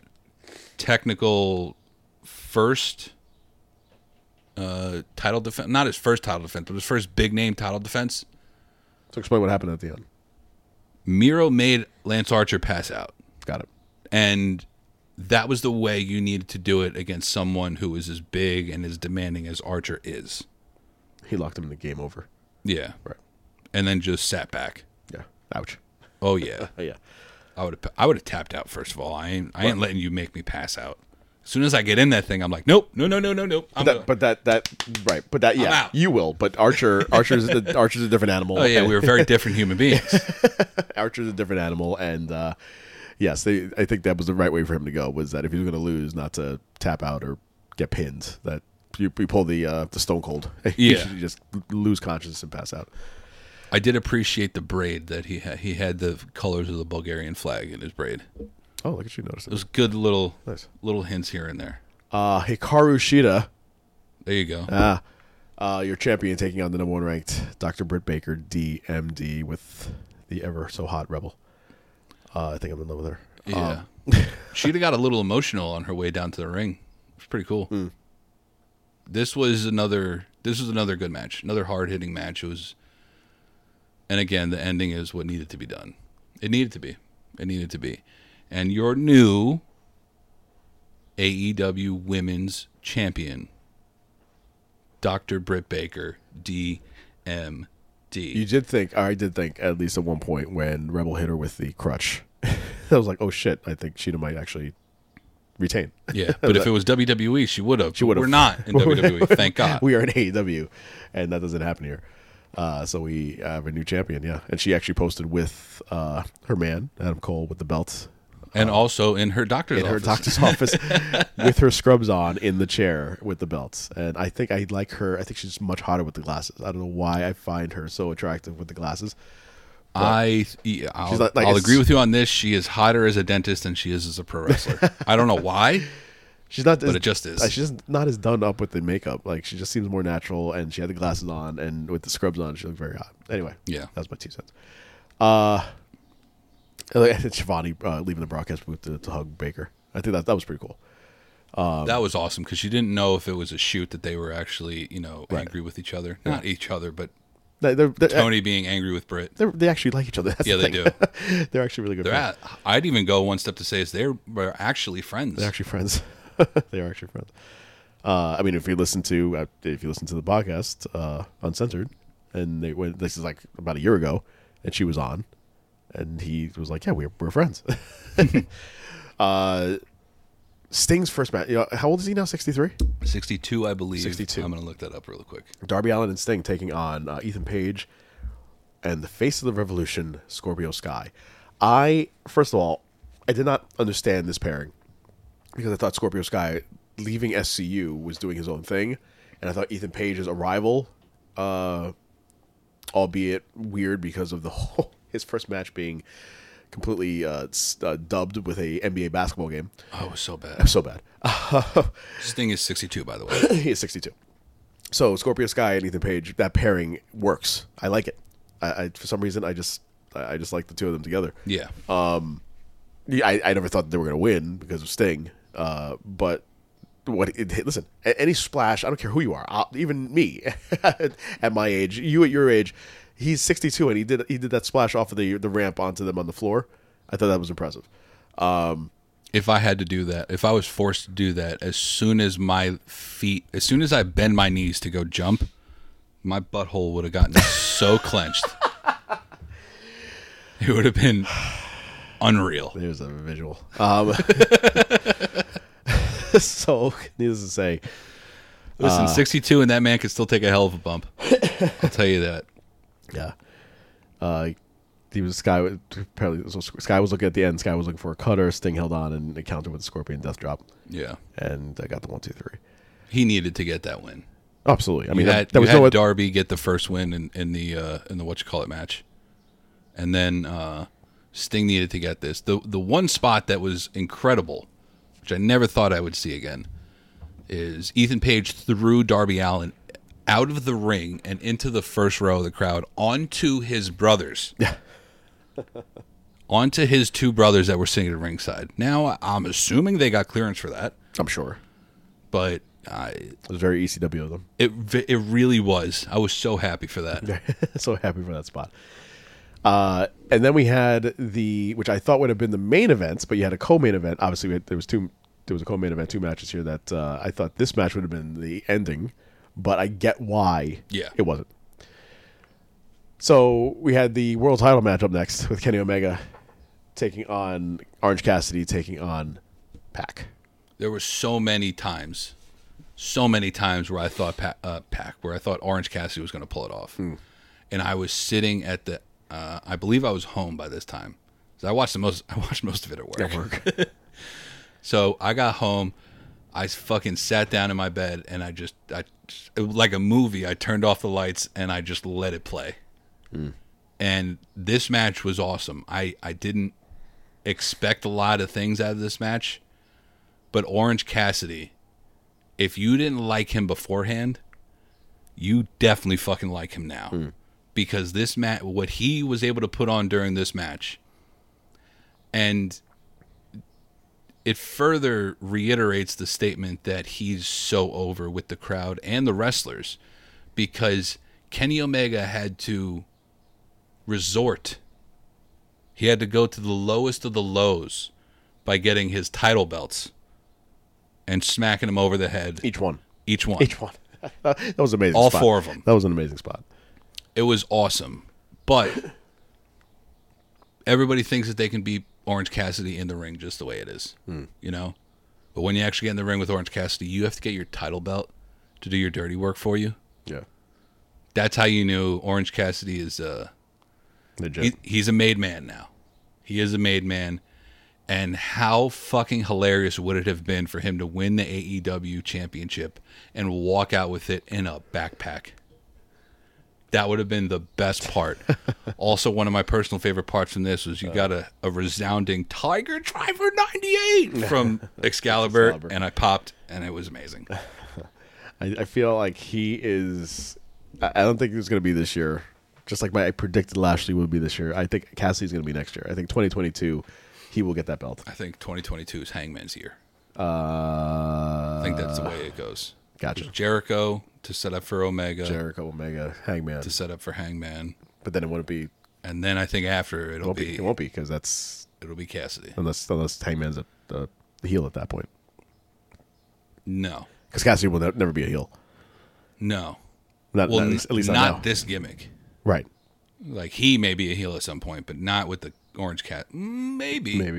technical first uh, title defense. Not his first title defense, but his first big name title defense.
So explain what happened at the end.
Miro made Lance Archer pass out.
Got it.
and that was the way you needed to do it against someone who is as big and as demanding as Archer is.
He locked him in the game over.
Yeah,
Right.
and then just sat back.
Yeah. Ouch.
Oh yeah,
yeah.
I would have I would have tapped out first of all. I ain't I ain't letting you make me pass out. As soon as I get in that thing, I'm like, nope, no, no, no, no, no. I'm
That,
gonna-
but that that right. But that yeah.
out.
You will. But Archer Archer's the, Archer's a different animal.
oh yeah, we were very different human beings.
Archer's a different animal, and uh, yes, they, I think that was the right way for him to go. Was that if he was going to lose, not to tap out or get pinned, that you, you pull the uh, the Stone Cold, you
Yeah.
should just l- lose consciousness and pass out.
I did appreciate the braid that he had. He had the colors of the Bulgarian flag in his braid. It
Oh, look at you noticing.
was good little
Nice.
little hints here and there.
Uh, Hikaru Shida,
There you go.
ah, uh, your champion, taking on the number one ranked Dr. Britt Baker, DMD, with the ever so hot Rebel. Uh, I think I'm in love with her.
Yeah. Um, She'd have got a little emotional on her way down to the ring. It's pretty cool. This was another. This was another good match, another hard hitting match. It was, and again, the ending is what needed to be done. It needed to be. It needed to be. And your new AEW Women's Champion, Dr. Britt Baker, DMD.
You did think, I did think, at least at one point when Rebel hit her with the crutch. I was like, oh shit, I think Sheeta might actually retain.
Yeah, but if it was WWE, she would have.
She would've.
We're not in WWE. Thank God.
we are in AEW, and that doesn't happen here. Uh, so we have a new champion, yeah. And she actually posted with uh, her man, Adam Cole, with the belt
and also in her doctor's
in her
office.
doctor's office with her scrubs on in the chair with the belts. And I think I like her. I think she's much hotter with the glasses. I don't know why I find her so attractive with the glasses.
I yeah, I'll,
She's like- like
I'll
it's-
agree with you on this. She is hotter as a dentist than she is as a pro wrestler. I don't know why.
She's not, as,
it just is.
uh, She's not as done up with the makeup. Like she just seems more natural, and she had the glasses on, and with the scrubs on, she looked very hot. Anyway,
Yeah.
that's my two cents. Uh, and like, Shivani uh, leaving the broadcast booth to, to hug Baker. I think that that was pretty cool. Um,
that was awesome because she didn't know if it was a shoot that they were actually you know angry with each other, not each other, but
They- They're, they're,
Tony being angry with Britt.
they're- they actually like each other. That's
Yeah,
the
they
thing. they're actually really good.
They're
friends.
at, I'd even go one step to say is they're were actually friends.
They're actually friends. they are actually friends. Uh, I mean, if you listen to uh, if you listen to the podcast uh, uncensored, and they went, this is like about a year ago, and she was on, and he was like, "Yeah, we're we're friends." uh, Sting's first match. You know, how old is he now? Sixty three.
Sixty-two, I believe.
62.
I'm gonna look that up real quick.
Darby Allen and Sting taking on uh, Ethan Page and the face of the revolution, Scorpio Sky. I, first of all, I did not understand this pairing because I thought Scorpio Sky leaving SCU was doing his own thing. And I thought Ethan Page's arrival, uh, albeit weird because of the whole, his first match being completely uh, s- uh, dubbed with a NBA basketball game.
Oh, it was so bad.
So bad.
Sting is sixty-two, by the way.
he is 62. So Scorpio Sky and Ethan Page, that pairing works. I like it. I, I for some reason I just I I just like the two of them together.
Yeah,
Yeah, I, I never thought they were going to win because of Sting. Uh, but what? It, hey, listen, a- any splash. I don't care who you are. I'll, even me, at my age, you at your age, he's sixty two, and he did he did that splash off of the the ramp onto them on the floor. I thought that was impressive. Um,
if I had to do that, if I was forced to do that, as soon as my feet, as soon as I bend my knees to go jump, my butthole would have gotten so clenched. It would have been unreal.
There's a visual. Um, so, needless to say,
Listen, 62 and that man could still take a hell of a bump. I'll tell you that.
Yeah. Uh, he was Sky. Apparently, so Sky was looking at the end. Sky was looking for a cutter. Sting held on and encountered with the Scorpion Death Drop,
Yeah.
and I got the one, two, three.
He needed to get that win.
Absolutely. I mean,
you
that,
had,
there
you
was
had
no.
Darby get the first win in, in the uh, in the what you call it match, and then uh, Sting needed to get this. the The one spot that was incredible, which I never thought I would see again, is Ethan Page threw Darby Allen out of the ring and into the first row of the crowd onto his brothers. onto his two brothers that were sitting at ringside. Now I'm assuming they got clearance for that,
I'm sure
but I,
it was very ECW of them.
it v- it really was. I was so happy for that.
so happy for that spot. Uh, and then we had the which I thought would have been the main events, but you had a co-main event. Obviously, we had, there was two. There was a co-main event, two matches here that uh, I thought this match would have been the ending, but I get why
Yeah.
it wasn't. So we had the world title match up next with Kenny Omega taking on Orange Cassidy, taking on Pac.
There were so many times, so many times where I thought pa- uh, Pack, where I thought Orange Cassidy was going to pull it off, and I was sitting at the, uh, I believe I was home by this time, 'Cause I watched the most, I watched most of it at work. so I got home, I fucking sat down in my bed and I just, I it was like a movie. I turned off the lights and I just let it play. Hmm. And this match was awesome. I I didn't expect a lot of things out of this match. But Orange Cassidy, if you didn't like him beforehand, you definitely fucking like him now.
Hmm.
Because this match, what he was able to put on during this match, and it further reiterates the statement that he's so over with the crowd and the wrestlers because Kenny Omega had to resort. He had to go to the lowest of the lows by getting his title belts and smacking them over the head.
Each one.
Each one.
Each one. that was an amazing.
All
spot.
four of 'em.
That was an amazing spot.
It was awesome. But everybody thinks that they can beat Orange Cassidy in the ring just the way it is, you know? But when you actually get in the ring with Orange Cassidy, you have to get your title belt to do your dirty work for you.
Yeah.
That's how you knew Orange Cassidy is uh,
Legit.
he, he's a made man now. He is a made man. And how fucking hilarious would it have been for him to win the AEW championship and walk out with it in a backpack? That would have been the best part. also, one of my personal favorite parts from this was you got a, a resounding Tiger Driver 98 from Excalibur, and I popped, and it was amazing.
I, I feel like he is. I, I don't think it's going to be this year. Just like my I predicted Lashley would be this year. I think Cassidy's going to be next year. I think 2022, he will get that belt.
I think 2022 is Hangman's year.
Uh,
I think that's the way it goes.
Gotcha.
There's Jericho to set up for Omega.
Jericho, Omega, Hangman.
to set up for Hangman,
But then it wouldn't be.
and then I think after it'll
Won't
be,
be it won't be because that's
it'll be Cassidy.
unless unless Hangman's a, a heel at that point.
No,
Because Cassidy will ne- never be a heel.
no.
Not,
Well,
not- at least, at least
not,
now.
this gimmick.
Right.
Like he may be a heel at some point, but not with the orange cat. Mm, Maybe, maybe.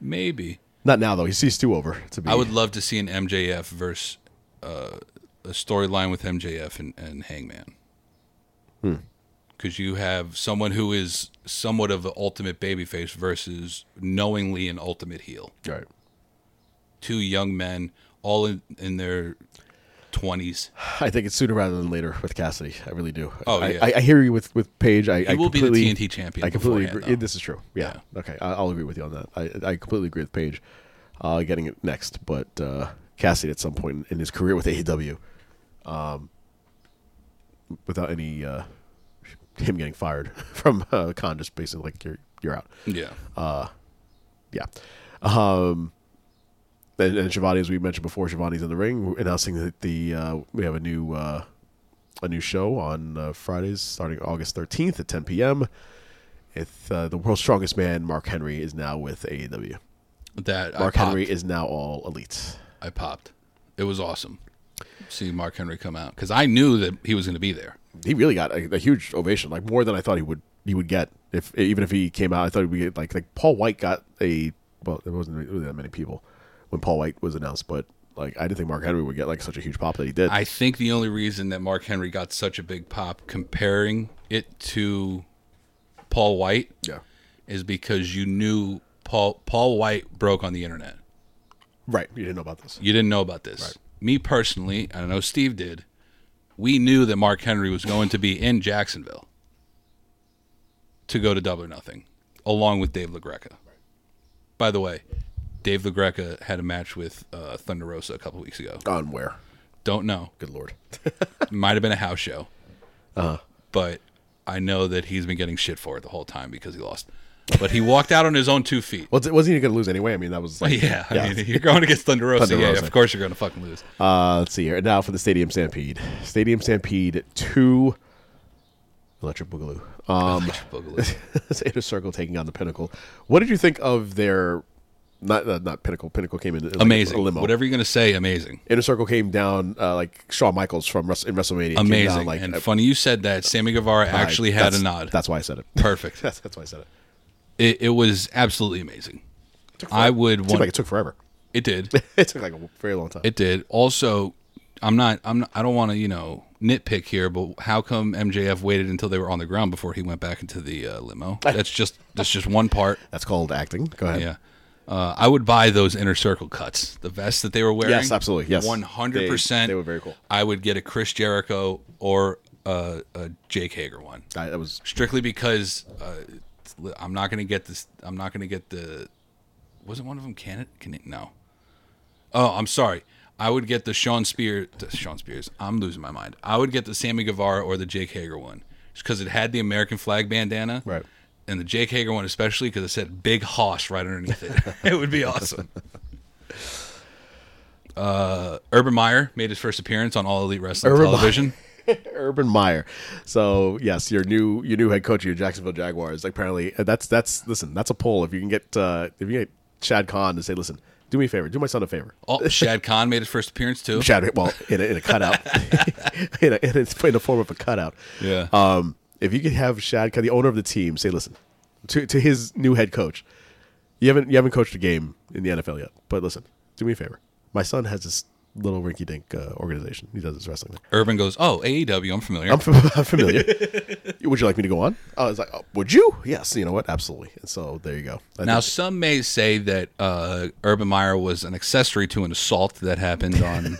Maybe.
maybe.
Not now though. He's, he's too over to be.
I would love to see an MJF versus uh, a storyline with MJF and, and Hangman.
Hmm.
Because you have someone who is somewhat of an ultimate babyface versus knowingly an ultimate heel.
Right.
two young men, all in, in their twenties.
I think it's sooner rather than later with Cassidy. I really do.
Oh,
I,
yeah.
I, I hear you with with Paige. I, I
will be the
completely-
TNT champion
I completely
beforehand,
agree.
though.
This is true. Yeah. Okay. I, I'll agree with you on that. I I completely agree with Paige uh, getting it next, but uh, Cassidy at some point in his career with E AEW, um, without any uh, him getting fired from uh, con, just basically like you're you're out.
Yeah,
Uh, Yeah. Um, and, and Shivani, as we mentioned before, Shivani's in the ring announcing that the uh, we have a new uh, a new show on uh, Fridays starting August 13th at 10 p.m. If uh, the world's strongest man, Mark Henry, is now with AEW. Mark
that I popped.
Henry is now all elite.
I popped. It was awesome. See Mark Henry come out because I knew that he was going to be there.
He really got a, a huge ovation, like more than I thought he would he would get. If even if he came out, I thought he would get like like Paul White got a well, there wasn't really that many people when Paul White was announced, but like I didn't think Mark Henry would get like such a huge pop that he did.
I think the only reason that Mark Henry got such a big pop, comparing it to Paul White,
yeah.
is because you knew Paul Paul White broke on the internet.
Right. You didn't know about this.
You didn't know about this. Me personally, and I know Steve did. We knew that Mark Henry was going to be in Jacksonville to go to Double or Nothing, along with Dave LaGreca. By the way, Dave LaGreca had a match with uh, Thunder Rosa a couple weeks ago.
On where?
Don't know.
Good lord.
Might have been a house show. Uh-huh. But I know that he's been getting shit for it the whole time because he lost. But he walked out on his own two feet.
Well, it wasn't even going to lose anyway. I mean, that was like.
yeah, I mean, you're going against Thunder Rosa.
Thunder
yeah,
Rosa.
of course you're going to fucking lose.
Uh, let's see here. Now for the Stadium Stampede. Stadium Stampede 2. Electric Boogaloo.
Oh.
Um,
Boogaloo.
it's Inner Circle taking on the Pinnacle. What did you think of their. Not uh, not Pinnacle. Pinnacle came in. in like
amazing.
A limo.
Whatever you're gonna say, amazing,
Inner Circle came down uh, like Shawn Michaels from Wrest- in WrestleMania. came down,
amazing.
like,
and
uh,
funny you said that. Sammy Guevara
I-
actually had a
that's-
nod.
That's why I said it.
perfect.
that's, that's why I said it.
it, it was absolutely amazing. I would
It seemed
want
like it took forever.
it did.
it took like a very long time.
It did. Also, I'm not. I'm. Not, I don't want to. You know, nitpick here, but how come MJF waited until they were on the ground before he went back into the uh, limo? That's just. That's just one part.
that's called acting. Go ahead.
Yeah. Uh, I would buy those inner circle cuts, the vest that they were wearing.
Yes, absolutely, yes.
one hundred
They-
percent.
they were very cool.
I would get a Chris Jericho or a, a Jake Hager one,
I, that was
strictly because uh, I'm not gonna get this. I'm not gonna get the. Wasn't one of them Can it? No. Oh, I'm sorry. I would get the Sean Spears. The Sean Spears. I'm losing my mind. I would get the Sammy Guevara or the Jake Hager one, just because it had the American flag bandana.
Right.
And the Jake Hager one, especially because it said "Big Hoss" right underneath it. it would be awesome. Uh, Urban Meyer made his first appearance on All Elite Wrestling
Urban
Television.
Urban Meyer. So yes, your new your new head coach of your Jacksonville Jaguars. Like apparently uh, that's that's listen that's a poll. If you can get uh, if you get Chad Khan to say, listen, do me a favor, do my son a favor.
Oh, Shad Khan made his first appearance too.
Chad, well, in a, in a cutout, in, a, in, a, in the form of a cutout.
Yeah.
Um, if you could have Shad Khan, the owner of the team, say, listen, to, to his new head coach, you haven't you haven't coached a game in the NFL yet, but listen, do me a favor. My son has this little rinky-dink uh, organization. He does this wrestling thing.
Urban goes, "Oh, AEW, I'm familiar."
I'm, fam- I'm familiar. would you like me to go on? I was like, oh, would you? Yes. You know what? Absolutely. And so there you go. I
now,
think-
some may say that uh, Urban Meyer was an accessory to an assault that happened on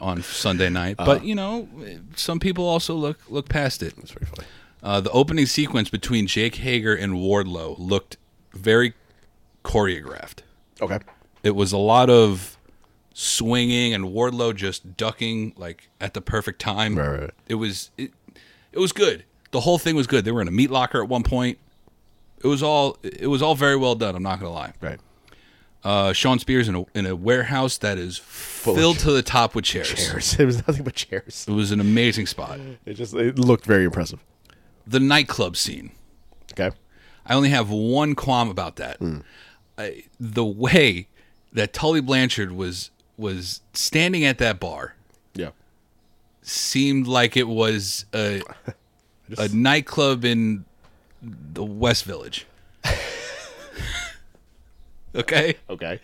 on Sunday night,
Uh-huh.
but you know, some people also look look past it.
it's pretty funny.
Uh, the opening sequence between Jake Hager and Wardlow looked very choreographed.
Okay.
It was a lot of swinging and Wardlow just ducking like at the perfect time.
Right, right, right.
It was it, it was good. The whole thing was good. They were in a meat locker at one point. It was all it was all very well done. I'm not gonna lie.
Right.
Uh, Sean Spears in a, in a warehouse that is
of
filled to the top with chairs.
Chairs. It was nothing but chairs.
It was an amazing spot.
It just it looked very impressive.
The nightclub scene.
Okay.
I only have one qualm about that.
Hmm.
I, the way that Tully Blanchard was was standing at that bar
Yeah.
seemed like it was a a nightclub in the West Village. okay?
Okay.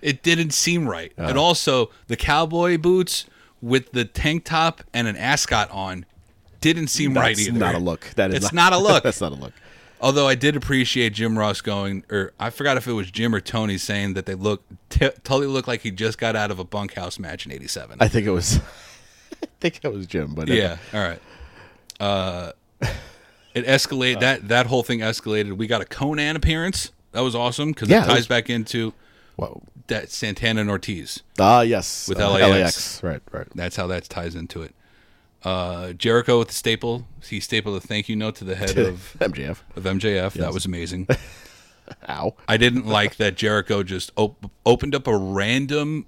It didn't seem right.
Oh.
And also the cowboy boots with the tank top and an ascot on didn't seem right
That's
either.
not a look. That is
It's not a look.
that's not a look.
Although I did appreciate Jim Ross going, or I forgot if it was Jim or Tony saying that they look t- Tully looked like he just got out of a bunkhouse match in '87.
I think it was. I think it was Jim, but
yeah, all right. Uh, it escalated that that whole thing escalated. We got a Conan appearance. That was awesome because
Yeah,
it
it
ties
was-
back into
Wow.
that Santana and Ortiz.
Ah, yes.
With
Uh,
LAX.
Right. Right.
That's how that ties into it. Uh, Jericho with the staple. He stapled a thank you note to the head of
MJF.
of MJF. That was amazing.
Ow.
I didn't like that Jericho just op- opened up a random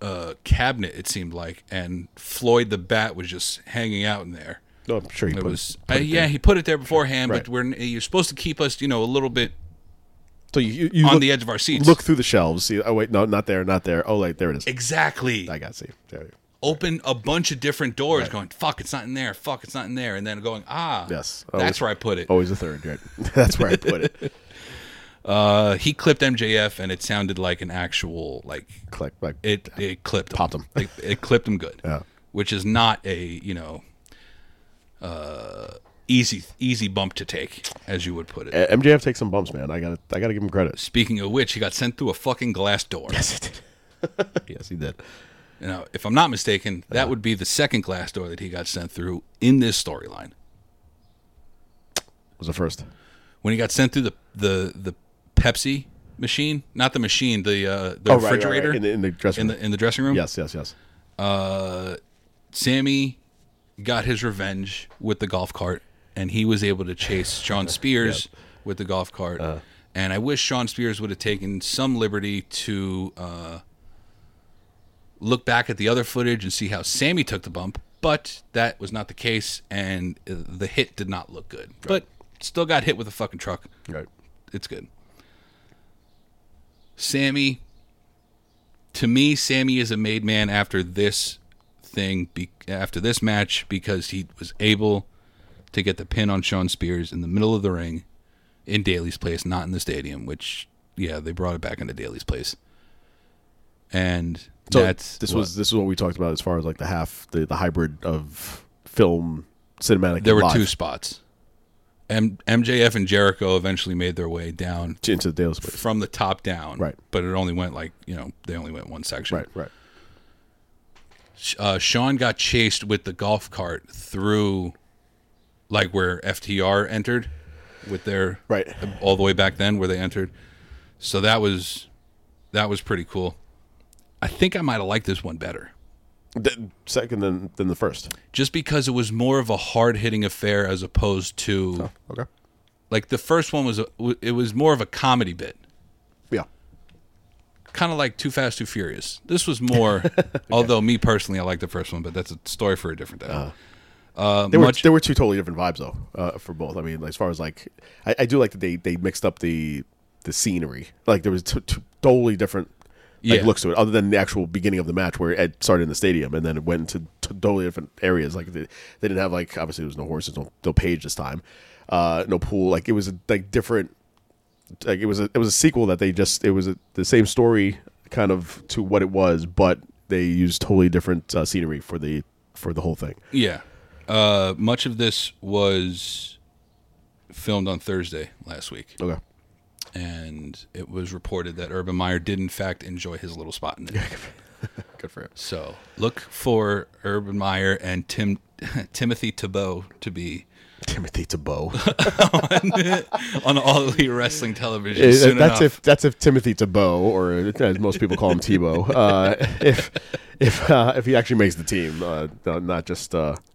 uh, cabinet. It seemed like, and Floyd the Bat was just hanging out in there.
No, I'm sure he
It
put
was
put
uh,
it
yeah,
there.
he put it there beforehand,
Right.
but we're you're supposed to keep us, you know, a little bit
So you, you, you
on
look,
the edge of our seats.
look through the shelves. See, oh wait, no, not there, not there. Oh, like there it is.
exactly.
I got to see. There. you-
Open a bunch of different doors, going fuck, it's not in there. Fuck, it's not in there, and then going ah,
Yes. Oh,
that's where I put it.
Always a third. Right. that's where I put it.
Uh, he clipped MJF, and it sounded like an actual like
Click. Like
it it clipped him.
Popped him.
It, it clipped him good.
Yeah.
Which is not a you know, uh, easy easy bump to take, as you would put it.
MJF takes some bumps, man. I gotta, I gotta give him credit.
Speaking of which, he got sent through a fucking glass door.
Yes, he did. yes, he did.
Now, if I'm not mistaken, that would be the second glass door that he got sent through in this storyline.
Was the first.
When he got sent through the the the Pepsi machine, not the machine, the uh, the
Oh, right, right, right.
refrigerator
In the- in the dressing
in
room.
the in the dressing room.
Yes, yes, yes.
Sammy got his revenge with the golf cart, and he was able to chase Sean Spears with the golf cart. and I wish Sean Spears would have taken some liberty to uh, look back at the other footage and see how Sammy took the bump, but that was not the case, and uh, the hit did not look good. But still got hit with a fucking truck.
Right.
It's good. Sammy, to me, Sammy is a made man after this thing, be, after this match, because he was able to get the pin on Sean Spears in the middle of the ring in Daly's place, not in the stadium, which, yeah, they brought it back into Daly's place. And
So
that's.
this
what-
was this is what we talked about as far as like the half the, the hybrid of film cinematic.
There were
live
two spots. M- MJF and Jericho eventually made their way down
to- into the Dale's place.
from the top down.
Right.
But it only went like, you know, they only went one section.
Right, right.
uh, Sean got chased with the golf cart through, like where FTR entered, with their
Right.
all the way back then where they entered. So that was that was pretty cool. I think I might have liked this one better,
The, second than than the first.
just because it was more of a hard hitting affair as opposed to
Okay.
like the first one was a, it was more of a comedy bit.
Yeah.
kind of like Too Fast, Too Furious. This was more, although me personally, I like the first one, but that's a story for a different day. Uh,
There Uh-huh. were,
much,
there were two totally different vibes though uh, for both. I mean, as far as like, I, I do like that they, they mixed up the the scenery. Like there was two, two totally different like,
Yeah.
looks to it, other than the actual beginning of the match where it started in the stadium and then it went into t- totally different areas. Like they, they didn't have like obviously there was no horses, no, no page this time, uh, no pool. Like it was like different. Like it was a, it was a sequel that they just it was a, the same story kind of to what it was, but they used totally different uh, scenery for the for the whole thing.
yeah. Uh, much of this was filmed on Thursday last week,
Okay.
and it was reported that Urban Meyer did, in fact, enjoy his little spot in it.
Good for him.
So look for Urban Meyer and Tim Timothy Thibault to be
Timothy Tebow.
on all elite wrestling television
Eh,
soon
that's
enough.
if that's if Timothy Tebow, or as most people call him Tebow, uh, if if uh, if he actually makes the team, uh, no- not just. Uh,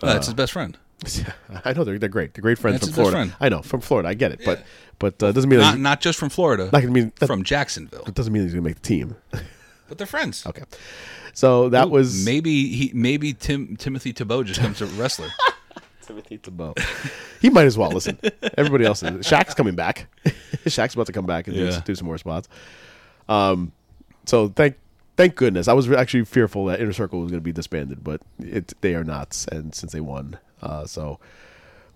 No, that's his best friend.
I know they're they're great. They're great friends
That's
from
his best
Florida.
friend.
I know from Florida. I get it, but but uh, doesn't mean
Not
that
not just from Florida,
Not gonna mean- that-
from Jacksonville,
he- doesn't mean he's gonna make the team.
but they're friends.
Okay, so that was
Maybe he maybe Tim Timothy Thibault just comes a wrestler.
Timothy Tebow. he might as well listen. Everybody else is. Shaq's coming back. Shaq's about to come back and do-
Yeah.
do, some more spots. Um, so thank thank goodness. I was actually fearful that Inner Circle was going to be disbanded, but it they are not. And since they won, uh, so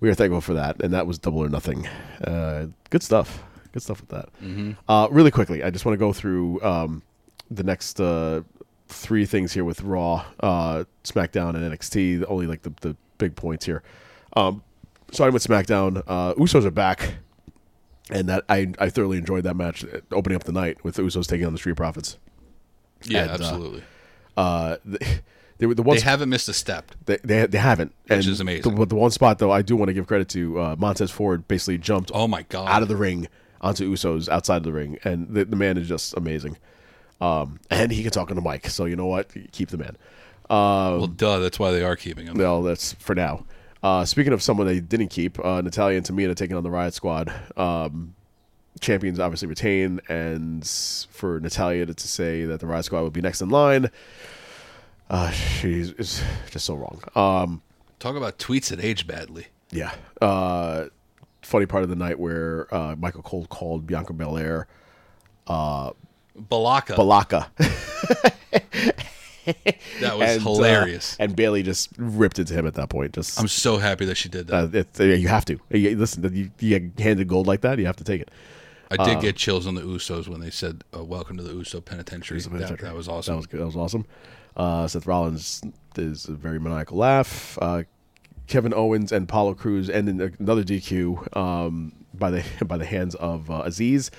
we are thankful for that. And that was double or nothing. Uh, good stuff. Good stuff with that.
Mm-hmm.
Uh, really quickly, I just want to go through um, the next uh, three things here with Raw, uh, SmackDown, and NXT. the- Only like the, the big points here. Um, starting with SmackDown, uh, Usos are back, and that I I thoroughly enjoyed that match uh, opening up the night with the Usos taking on the Street Profits.
yeah,
And, uh,
absolutely.
Uh, the, they were the one
they haven't missed a step.
they, they, they haven't, which
is amazing.
The, but the one spot though, I do want to give credit to uh, Montez Ford. Basically, jumped
Oh my god!
out of the ring onto Usos outside of the ring, and the, the man is just amazing. Um, and he can talk on the mic, so you know what? Keep the man. Uh,
well, duh. That's why they are keeping him.
well, that's for now. Uh, speaking of someone they didn't keep, uh, Natalia and Tamina taking on the Riot Squad. Um, champions obviously retain, and for Natalia to, to say that the Riot Squad would be next in line, uh, she's is just so wrong. Um,
Talk about tweets that age badly.
yeah. Uh, funny part of the night where uh, Michael Cole called Bianca Belair
Balaka.
Balaka.
that was
And, uh,
hilarious.
and Bailey just ripped it to him at that point. Just
I'm so happy that she did that.
uh, it's- uh, you have to You- listen. You, you get handed gold like that, you have to take it.
I
uh,
did get chills on the Usos when they said, uh, "Welcome to the Uso Penitentiary." That- That,
Penitentiary.
was awesome.
That was good. That was awesome. Uh, Seth Rollins is a very maniacal laugh. Uh, Kevin Owens and Apollo Cruz end in another DQ um, by the by the hands of uh, Aziz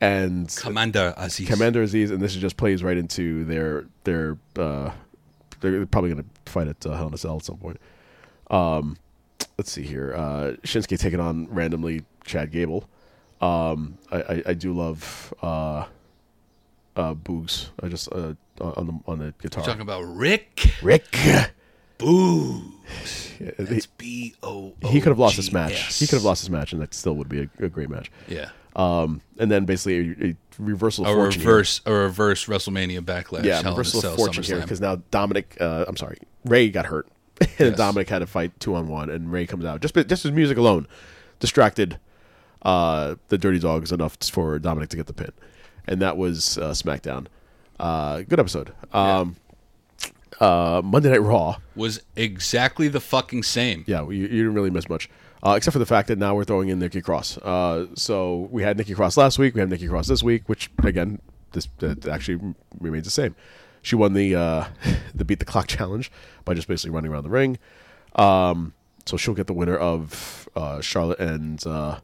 and
Commander Aziz.
Commander Aziz, and this is just plays right into their their. Uh, they're probably going to fight at uh, Hell in a Cell at some point. Um, let's see here. Uh, Shinsuke taking on randomly Chad Gable. Um, I, I, I do love uh, uh, Boogs. I just uh, on the on the guitar.
Talking about Rick
Rick.
Boo.
He,
It's B O. O
he could have lost this
G
match.
S.
He could have lost this match, and that still would be a, a great match.
Yeah.
Um, and then basically a, a reversal of
A
fortune here.
reverse, a reverse WrestleMania backlash.
yeah,
Hell in a
reversal of
Cell,
fortune here
SummerSlam.
because now Dominic, uh, I'm sorry, Ray got hurt, and Dominic had to fight two on one, and Ray comes out just just his music alone, distracted uh, the Dirty Dog is enough for Dominic to get the pin, and that was uh, SmackDown. Uh, good episode. Um, uh, Monday Night Raw.
was exactly the fucking same.
Yeah, you, you didn't really miss much, uh, except for the fact that now we're throwing in Nikki Cross. Uh, so we had Nikki Cross last week. We have Nikki Cross this week, which again, this that actually remains the same. She won the uh, the beat the clock challenge by just basically running around the ring. Um, so she'll get the winner of uh, Charlotte and uh,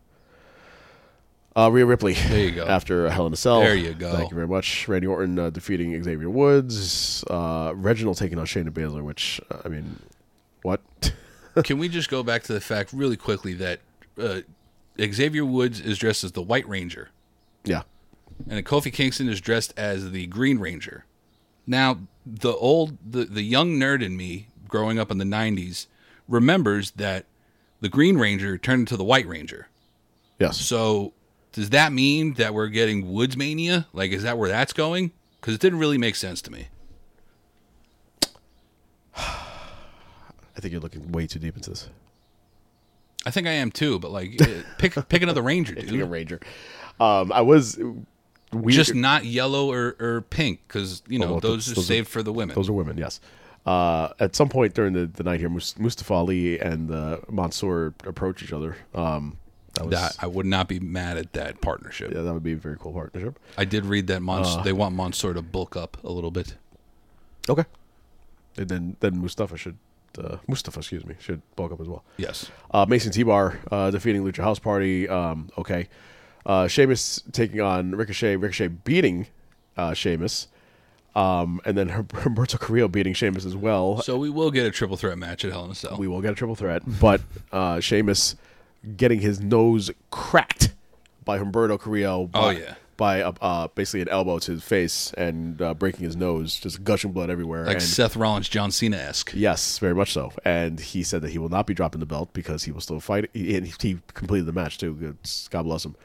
uh, Rhea Ripley. There
you go.
After Hell in a Cell.
There you go.
Thank you very much. Randy Orton uh, defeating Xavier Woods. Uh, Reginald taking on Shayna Baszler, which uh, I mean, what?
Can we just go back to the fact really quickly that uh, Xavier Woods is dressed as the White Ranger
yeah.
and that Kofi Kingston is dressed as the Green Ranger. Now, the old, the, the young nerd in me growing up in the 90s remembers that the Green Ranger turned into the White Ranger.
Yes.
So does that mean that we're getting Woods Mania? Like, is that where that's going? Because it didn't really make sense to me.
I think you're looking way too deep into this.
I think I am too, but like, eh, pick pick another Ranger,
Being a
dude.
ranger, um, I was weird.
Just not yellow or, or pink, because you know
Oh, well,
those,
those-
are
those are-
saved for the women.
Those are women, yes. Uh, at some point during the, the night here, Mus- Mustafa Ali and uh, Mansoor approach each other. Um, that was
that I would not be mad at that partnership.
yeah, Uh. that would be a very cool partnership.
I did read that Mons- they want Monsor to bulk up a little bit.
Okay, and then then Mustafa should uh, Mustafa, excuse me, should bulk up as well.
Yes.
Uh, Mason T-Bar uh, defeating Lucha House Party. Um, okay. Uh, Sheamus taking on Ricochet. Ricochet beating uh, Sheamus. Um, and then Her- Humberto Carrillo beating Sheamus as well.
So we will get a triple threat match at Hell in a Cell.
we will get a triple threat. But uh, Sheamus getting his nose cracked by Humberto Carrillo. By,
Oh, yeah.
By uh, uh, basically an elbow to his face and uh, breaking his nose, just gushing blood everywhere.
like
and-
Seth Rollins, John Cena esque.
Yes, very much so. And he said that he will not be dropping the belt because he will still fight. He- And he completed the match too. Good, God bless him,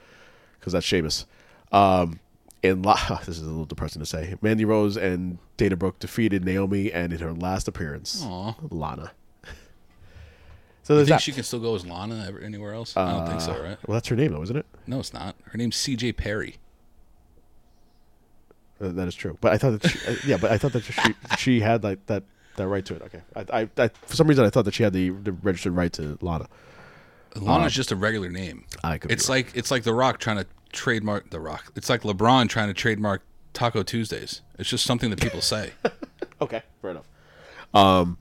because that's Sheamus. Um, and La- this is a little depressing to say. Mandy Rose and Dana Brooke defeated Naomi, and in her last appearance, Lana. So
I
there's
think
that. Uh.
she can still go as Lana ever- anywhere else. I don't think so, right?
well, that's her name though, isn't it?
No, it's not. Her name's C.J. Perry.
Uh, that is true. But I thought that she, uh, yeah, but I thought that she she had like that that right to it. Okay, I, I, I for some reason I thought that she had the, the registered right to Lana.
Lana's just a regular name.
Uh. I could be
it's like it's like The Rock trying to trademark The Rock. It's like LeBron trying to trademark Taco Tuesdays. It's just something that people say.
Okay, fair enough. Um,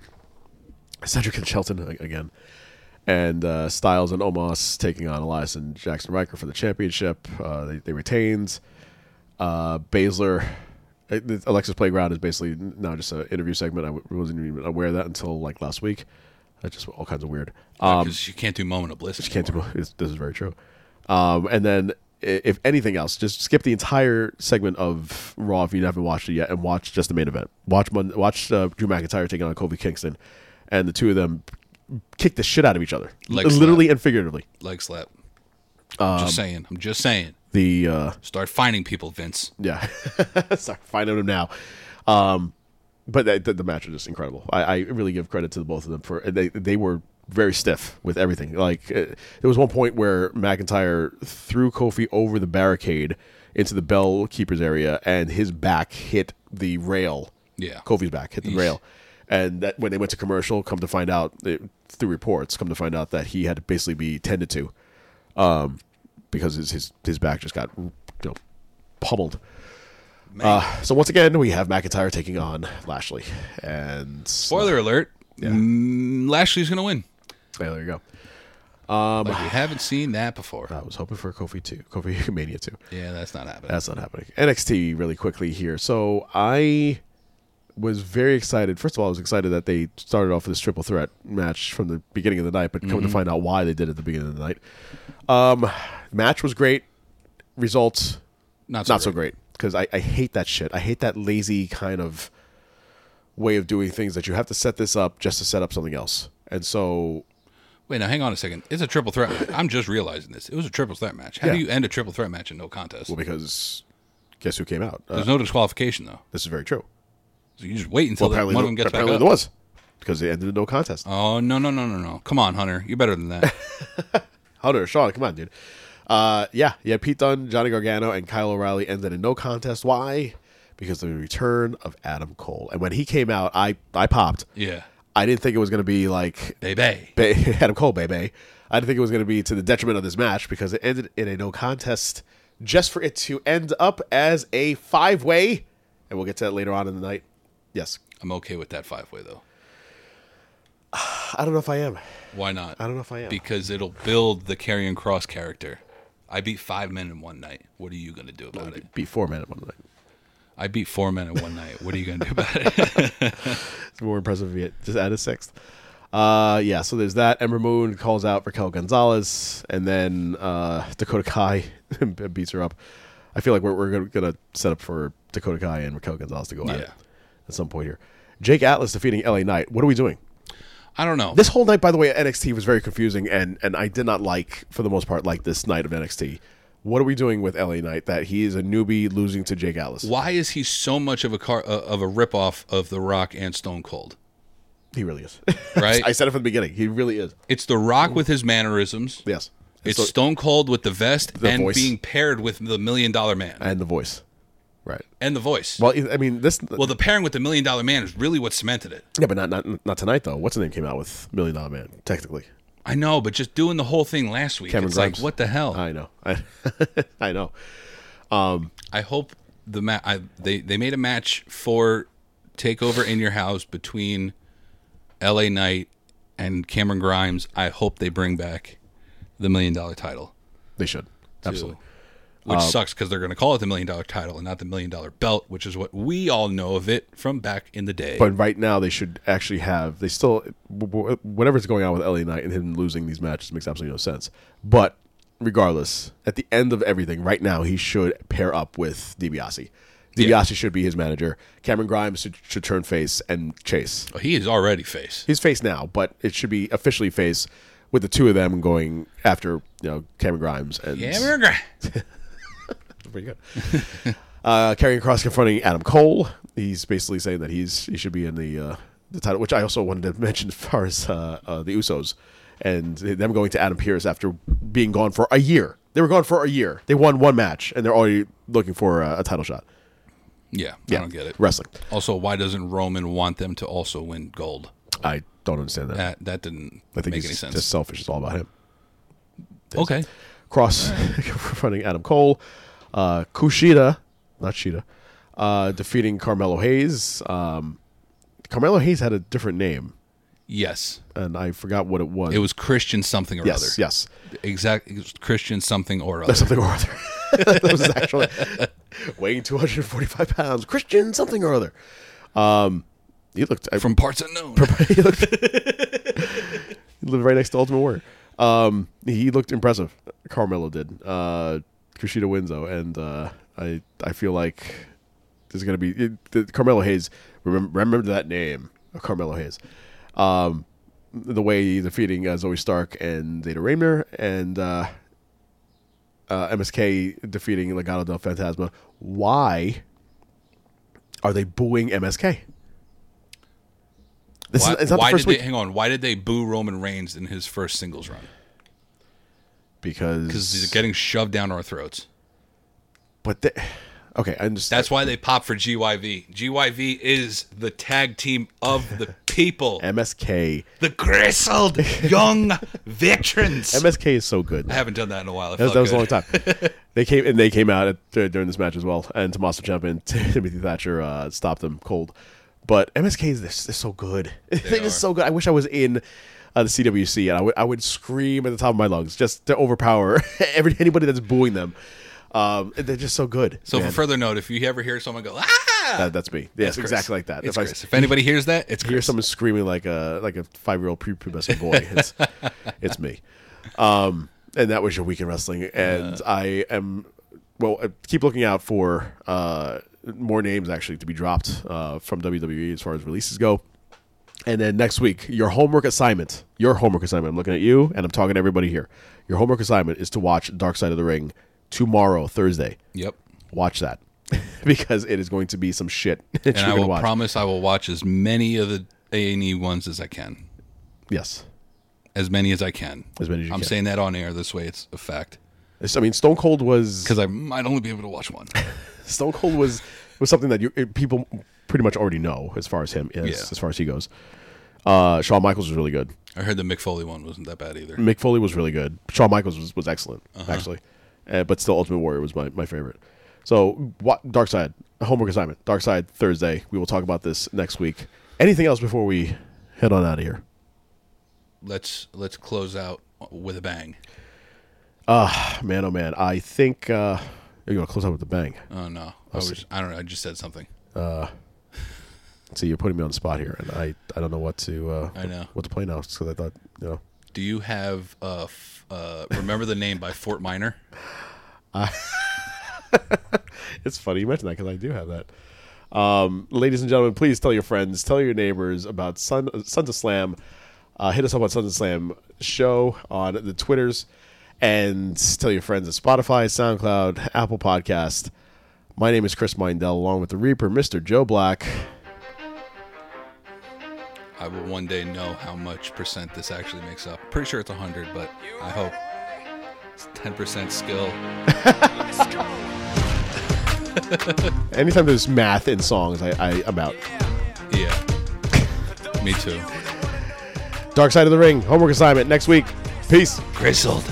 Cedric and Shelton a- again, and uh, Styles and Omos taking on Elias and Jackson Riker for the championship. Uh, they, they retained. Uh, Baszler, uh, the Alexis Playground is basically now just an interview segment. I w- wasn't even aware of that until like last week. That's just all kinds of weird. Um,
Because you can't do Moment of Bliss.
can't do
anymore.
both. It's, this is very true. Um, and then, i- if anything else, just skip the entire segment of Raw if you haven't watched it yet, and watch just the main event. Watch Mon- watch uh, Drew McIntyre taking on Kofi Kingston, and the two of them kick the shit out of each other,
Leg
L-
slap.
literally and figuratively.
Leg slap.
um,
just saying. I'm just saying.
The uh,
Start finding people, Vince.
yeah, sorry, find out him now. Um, but that, the, the match was just incredible. I, I really give credit to the both of them for they they were very stiff with everything. Like uh, there was one point where McIntyre threw Kofi over the barricade into the bell keeper's area, and his back hit the rail.
Yeah.
Kofi's back hit the
Yeesh.
rail, and that when they went to commercial, come to find out it, through reports, come to find out that he had to basically be tended to, um, because his his, his back just got you know pummeled. Uh, so once again, we have McIntyre taking on Lashley, and
Spoiler alert. mm, Lashley's going to win.
Yeah, there you go. Um,
Like, you haven't seen that before.
I was hoping for Kofi too, Kofi Mania too.
Yeah, that's not happening.
That's not happening. NXT really quickly here. So I was very excited. First of all, I was excited that they started off with this triple threat match from the beginning of the night, but come to find out why they did it at the beginning of the night. Um, match was great. Results
not so,
not so great because I, I hate that shit. I hate that lazy kind of way of doing things that you have to set this up just to set up something else. And so
Wait, now hang on a second. It's a triple threat. match. I'm just realizing this. It was a triple threat match. How do
Yeah.
you end a triple threat match in no contest?
well, because guess who came out? Uh,
There's no disqualification though.
this is very true.
So you just wait until
Well,
that
apparently, there-
one of them gets back
apparently
up.
there was because they ended in no contest.
Oh no no no no no! Come on, Hunter, you're better than that. Uh-huh.
Hunter, Sean, come on, dude. Uh, yeah, yeah. Pete Dunne, Johnny Gargano, and Kyle O'Reilly ended in no contest. Why? Because of the return of Adam Cole. And when he came out, I I popped.
yeah,
I didn't think it was going to be like
baby.
ba- Adam Cole, baby. I didn't think it was going to be to the detriment of this match because it ended in a no contest just for it to end up as a five way. And we'll get to that later on in the night. Yes.
I'm okay with that five way though.
I don't know if I am.
Why not?
I don't know if I am.
Because it'll build the carrying cross character. I beat five men in one night. What are you gonna do about it?
Before Man at One Night.
I beat four men in one night. What are you gonna do about it?
It's more impressive if you just add a sixth. Uh, yeah, so there's that. Ember Moon calls out Raquel Gonzalez, and then uh, Dakota Kai beats her up. I feel like we're, we're gonna- gonna set up for Dakota Kai and Raquel Gonzalez to go at it
Yeah.
at some point here. Jake Atlas defeating LA Knight. What are we doing?
I don't know.
This whole night, by the way, at NXT was very confusing, and and I did not like for the most part like this night of NXT. What are we doing with LA Knight that he is a newbie losing to Jake Atlas?
Why is he so much of a car uh, of a ripoff of The Rock and Stone Cold?
He really is.
Right?
I said it from the beginning. He really is.
It's The Rock with his mannerisms.
Yes. And
It's
so-
Stone Cold with the vest
The
and
voice.
being paired with the Million Dollar Man
and the voice. Right.
and the voice.
Well, e, I mean this.
Well, the pairing with the Million Dollar Man is really what cemented it.
yeah, but not not not tonight though. What's the name came out with Million Dollar Man? Technically,
I know, but just doing the whole thing last week,
Cameron
it's
Grimes.
like what the hell.
I know. I I know.
I hope the ma- I, they they made a match for Takeover in Your House between L.A. Knight and Cameron Grimes. I hope they bring back the Million Dollar Title,
They should absolutely. Uh,
which sucks because they're going to call it the Million Dollar Title and not the Million Dollar Belt, which is what we all know of it from back in the day.
But right now, they should actually have. They still, whatever's going on with LA Knight and him losing these matches makes absolutely no sense. But regardless, at the end of everything, right now, he should pair up with DiBiase. DiBiase should be his manager. Cameron Grimes should, should turn face and chase.
he is already face.
He's face now, but it should be officially face with the two of them going after you know Cameron Grimes and
Cameron Grimes.
pretty good. uh, Karrion Cross confronting Adam Cole. He's basically saying that he's he should be in the uh, the title, which I also wanted to mention as far as uh, uh, the Usos and them going to Adam Pierce after being gone for a year. They were gone for a year. They won one match, and they're already looking for a, a title shot.
Yeah, I don't get it.
Wrestling.
Also, why doesn't Roman want them to also win gold?
I don't understand that.
That that didn't
I think
make
he's
any sense.
just selfish. It's all about him.
okay.
Cross confronting Adam Cole. Uh, Kushida, not Shida, uh, defeating Carmelo Hayes. Um, Carmelo Hayes had a different name.
Yes.
and I forgot what it was.
It was Christian something or
yes,
other.
yes,
Exactly. Christian something or other.
something or other. that was actually weighing 245 pounds. Christian something or other. Um, he looked. I,
From parts unknown.
he lived right next to Ultimate Warrior. Um, he looked impressive. Carmelo did. Uh, Kushida wins though, and uh, I I feel like there's gonna be it, the, Carmelo Hayes. Remember, remember that name, Carmelo Hayes. Um, the way he's defeating uh, Zoe Stark and Zeta Raynor, and uh, uh, MSK defeating Legado del Fantasma. Why are they booing MSK? This
why
is it's not
why
the first
did
week
they, hang on? Why did they boo Roman Reigns in his first singles run?
because
Because he's getting shoved down our throats.
But they, okay, I understand.
That's why they pop for GYV. GYV is the tag team of the people,
MSK.
the grizzled young veterans.
MSK is so good.
I
That
haven't done that in a while. It
was,
felt
that was a long
good.
time. they came and they came out at, dur- during this match as well. And Tommaso Ciampa and Timothy Thatcher uh, stopped them cold. But MSK is they're, they're so good. They are
are.
just so good. I wish I was in uh, the CWC and I would I would scream at the top of my lungs just to overpower every anybody that's booing them. Um, they're just so good.
So,
man.
for further note, if you ever hear someone go, ah,
That- that's me. Yes,
It's Chris.
exactly like that.
It's
if
Chris.
I,
if anybody hears that, it's
hear
Chris.
someone screaming like a like a five year old prepubescent boy. It's, it's me. Um, and that was your weekend wrestling, and I am well. I keep looking out for uh, more names actually to be dropped uh, from WWE as far as releases go. And then next week, your homework assignment, your homework assignment, I'm looking at you and I'm talking to everybody here. Your homework assignment is to watch Dark Side of the Ring tomorrow, Thursday.
Yep.
Watch that because it is going to be some shit. that
And
you're
I
gonna
will
watch.
promise I will watch as many of the A&E ones as I can.
Yes.
as many as I can.
As many as you
I'm
can.
saying that on air. This way, it's a fact
It's- I mean, Stone Cold was
because I might only be able to watch one.
Stone Cold was was something that you it- people pretty much already know as far as him as,
Yeah.
as far as he goes. Uh, Shawn Michaels was really good.
I heard the Mick Foley one wasn't that bad either.
Mick Foley was really good. Shawn Michaels was, was excellent
Uh-huh.
actually, uh, but still Ultimate Warrior was my, my favorite. So what Dark Side homework assignment Dark Side Thursday. We will talk about this next week. Anything else before we head on out of here?
Let's let's close out with a bang.
Man, oh man, I think uh, you want to close out with a bang.
Oh no, I was I don't know. I just said something.
See, you're putting me on the spot here, and I, I don't know what to uh,
I know.
what to play now because I thought you know
Do you have uh, f- uh remember the name by Fort Minor?
It's funny you mention that because I do have that. Um, ladies and gentlemen, please tell your friends, tell your neighbors about Sun, Sons of Slam. Uh, hit us up on Sons of Slam show on the Twitters And tell your friends at Spotify, SoundCloud, Apple Podcast. My name is Chris Mindell, along with the Reaper, Mr. Joe Black.
I will one day know how much percent this actually makes up. Pretty sure it's 100, but I hope it's 10% skill.
Anytime there's math in songs, I, I, I'm out.
Yeah. Me too.
Dark Side of the Ring, homework assignment next week. Peace.
Grizzled.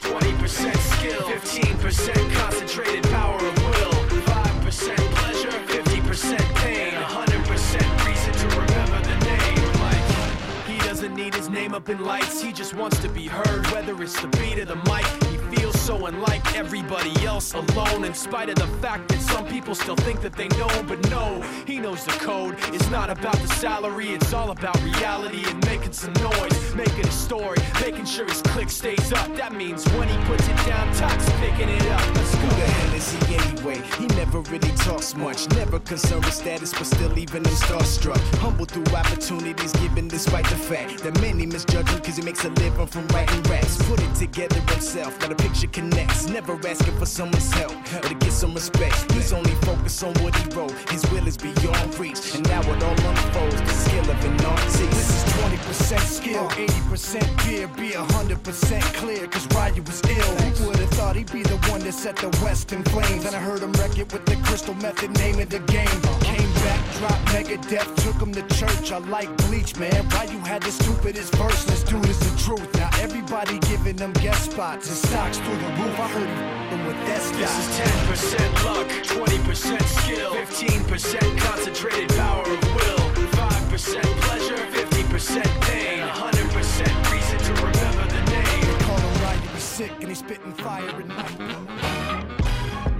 20% skill, 15% concentrated power of will, 5% pleasure, 50% pain, 100% reason to remember the name. Like, he doesn't need his name up in lights, he just wants to be heard, whether it's the beat or the mic. He feels so unlike everybody else alone, in spite of the fact that some people still think that they know, but no, he knows the code. It's not about the salary, it's all about reality and making some noise, making a story, making sure his click stays up. That means when he puts it down, Tox picking it up. Let's go.
Who the hell is he anyway? He never really talks much, never concerned with status, but still even him starstruck. Humble through opportunities given despite the fact that many misjudge him because he makes a living from writing raps. Put it together himself, now the picture connects. Never asking for someone's help or to get some respect. He's only focused on what he wrote, his will is beyond reach. And now it all unfolds, the skill of an artist.
This is 20% skill, 80% gear, be 100% clear, cause Ryu was ill. Who would've thought he'd be the one that set the West in flames? And I heard him wreck it with the crystal method, name of the game. Came back, dropped Megadeth, took him to church. I like Bleach, man. Ryu had the stupidest verse, let's do this the truth. Now everybody giving them guest spots and stocks through the roof. I heard him with that stock.
This is
10% luck, 20% skill, 15% concentrated power of will, 5% pleasure, 50% pain, 100% reason to remember the name. They call him Ryu, he's sick and he's spitting fire and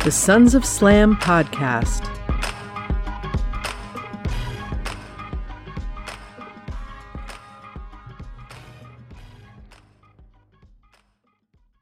The Sons of Slam podcast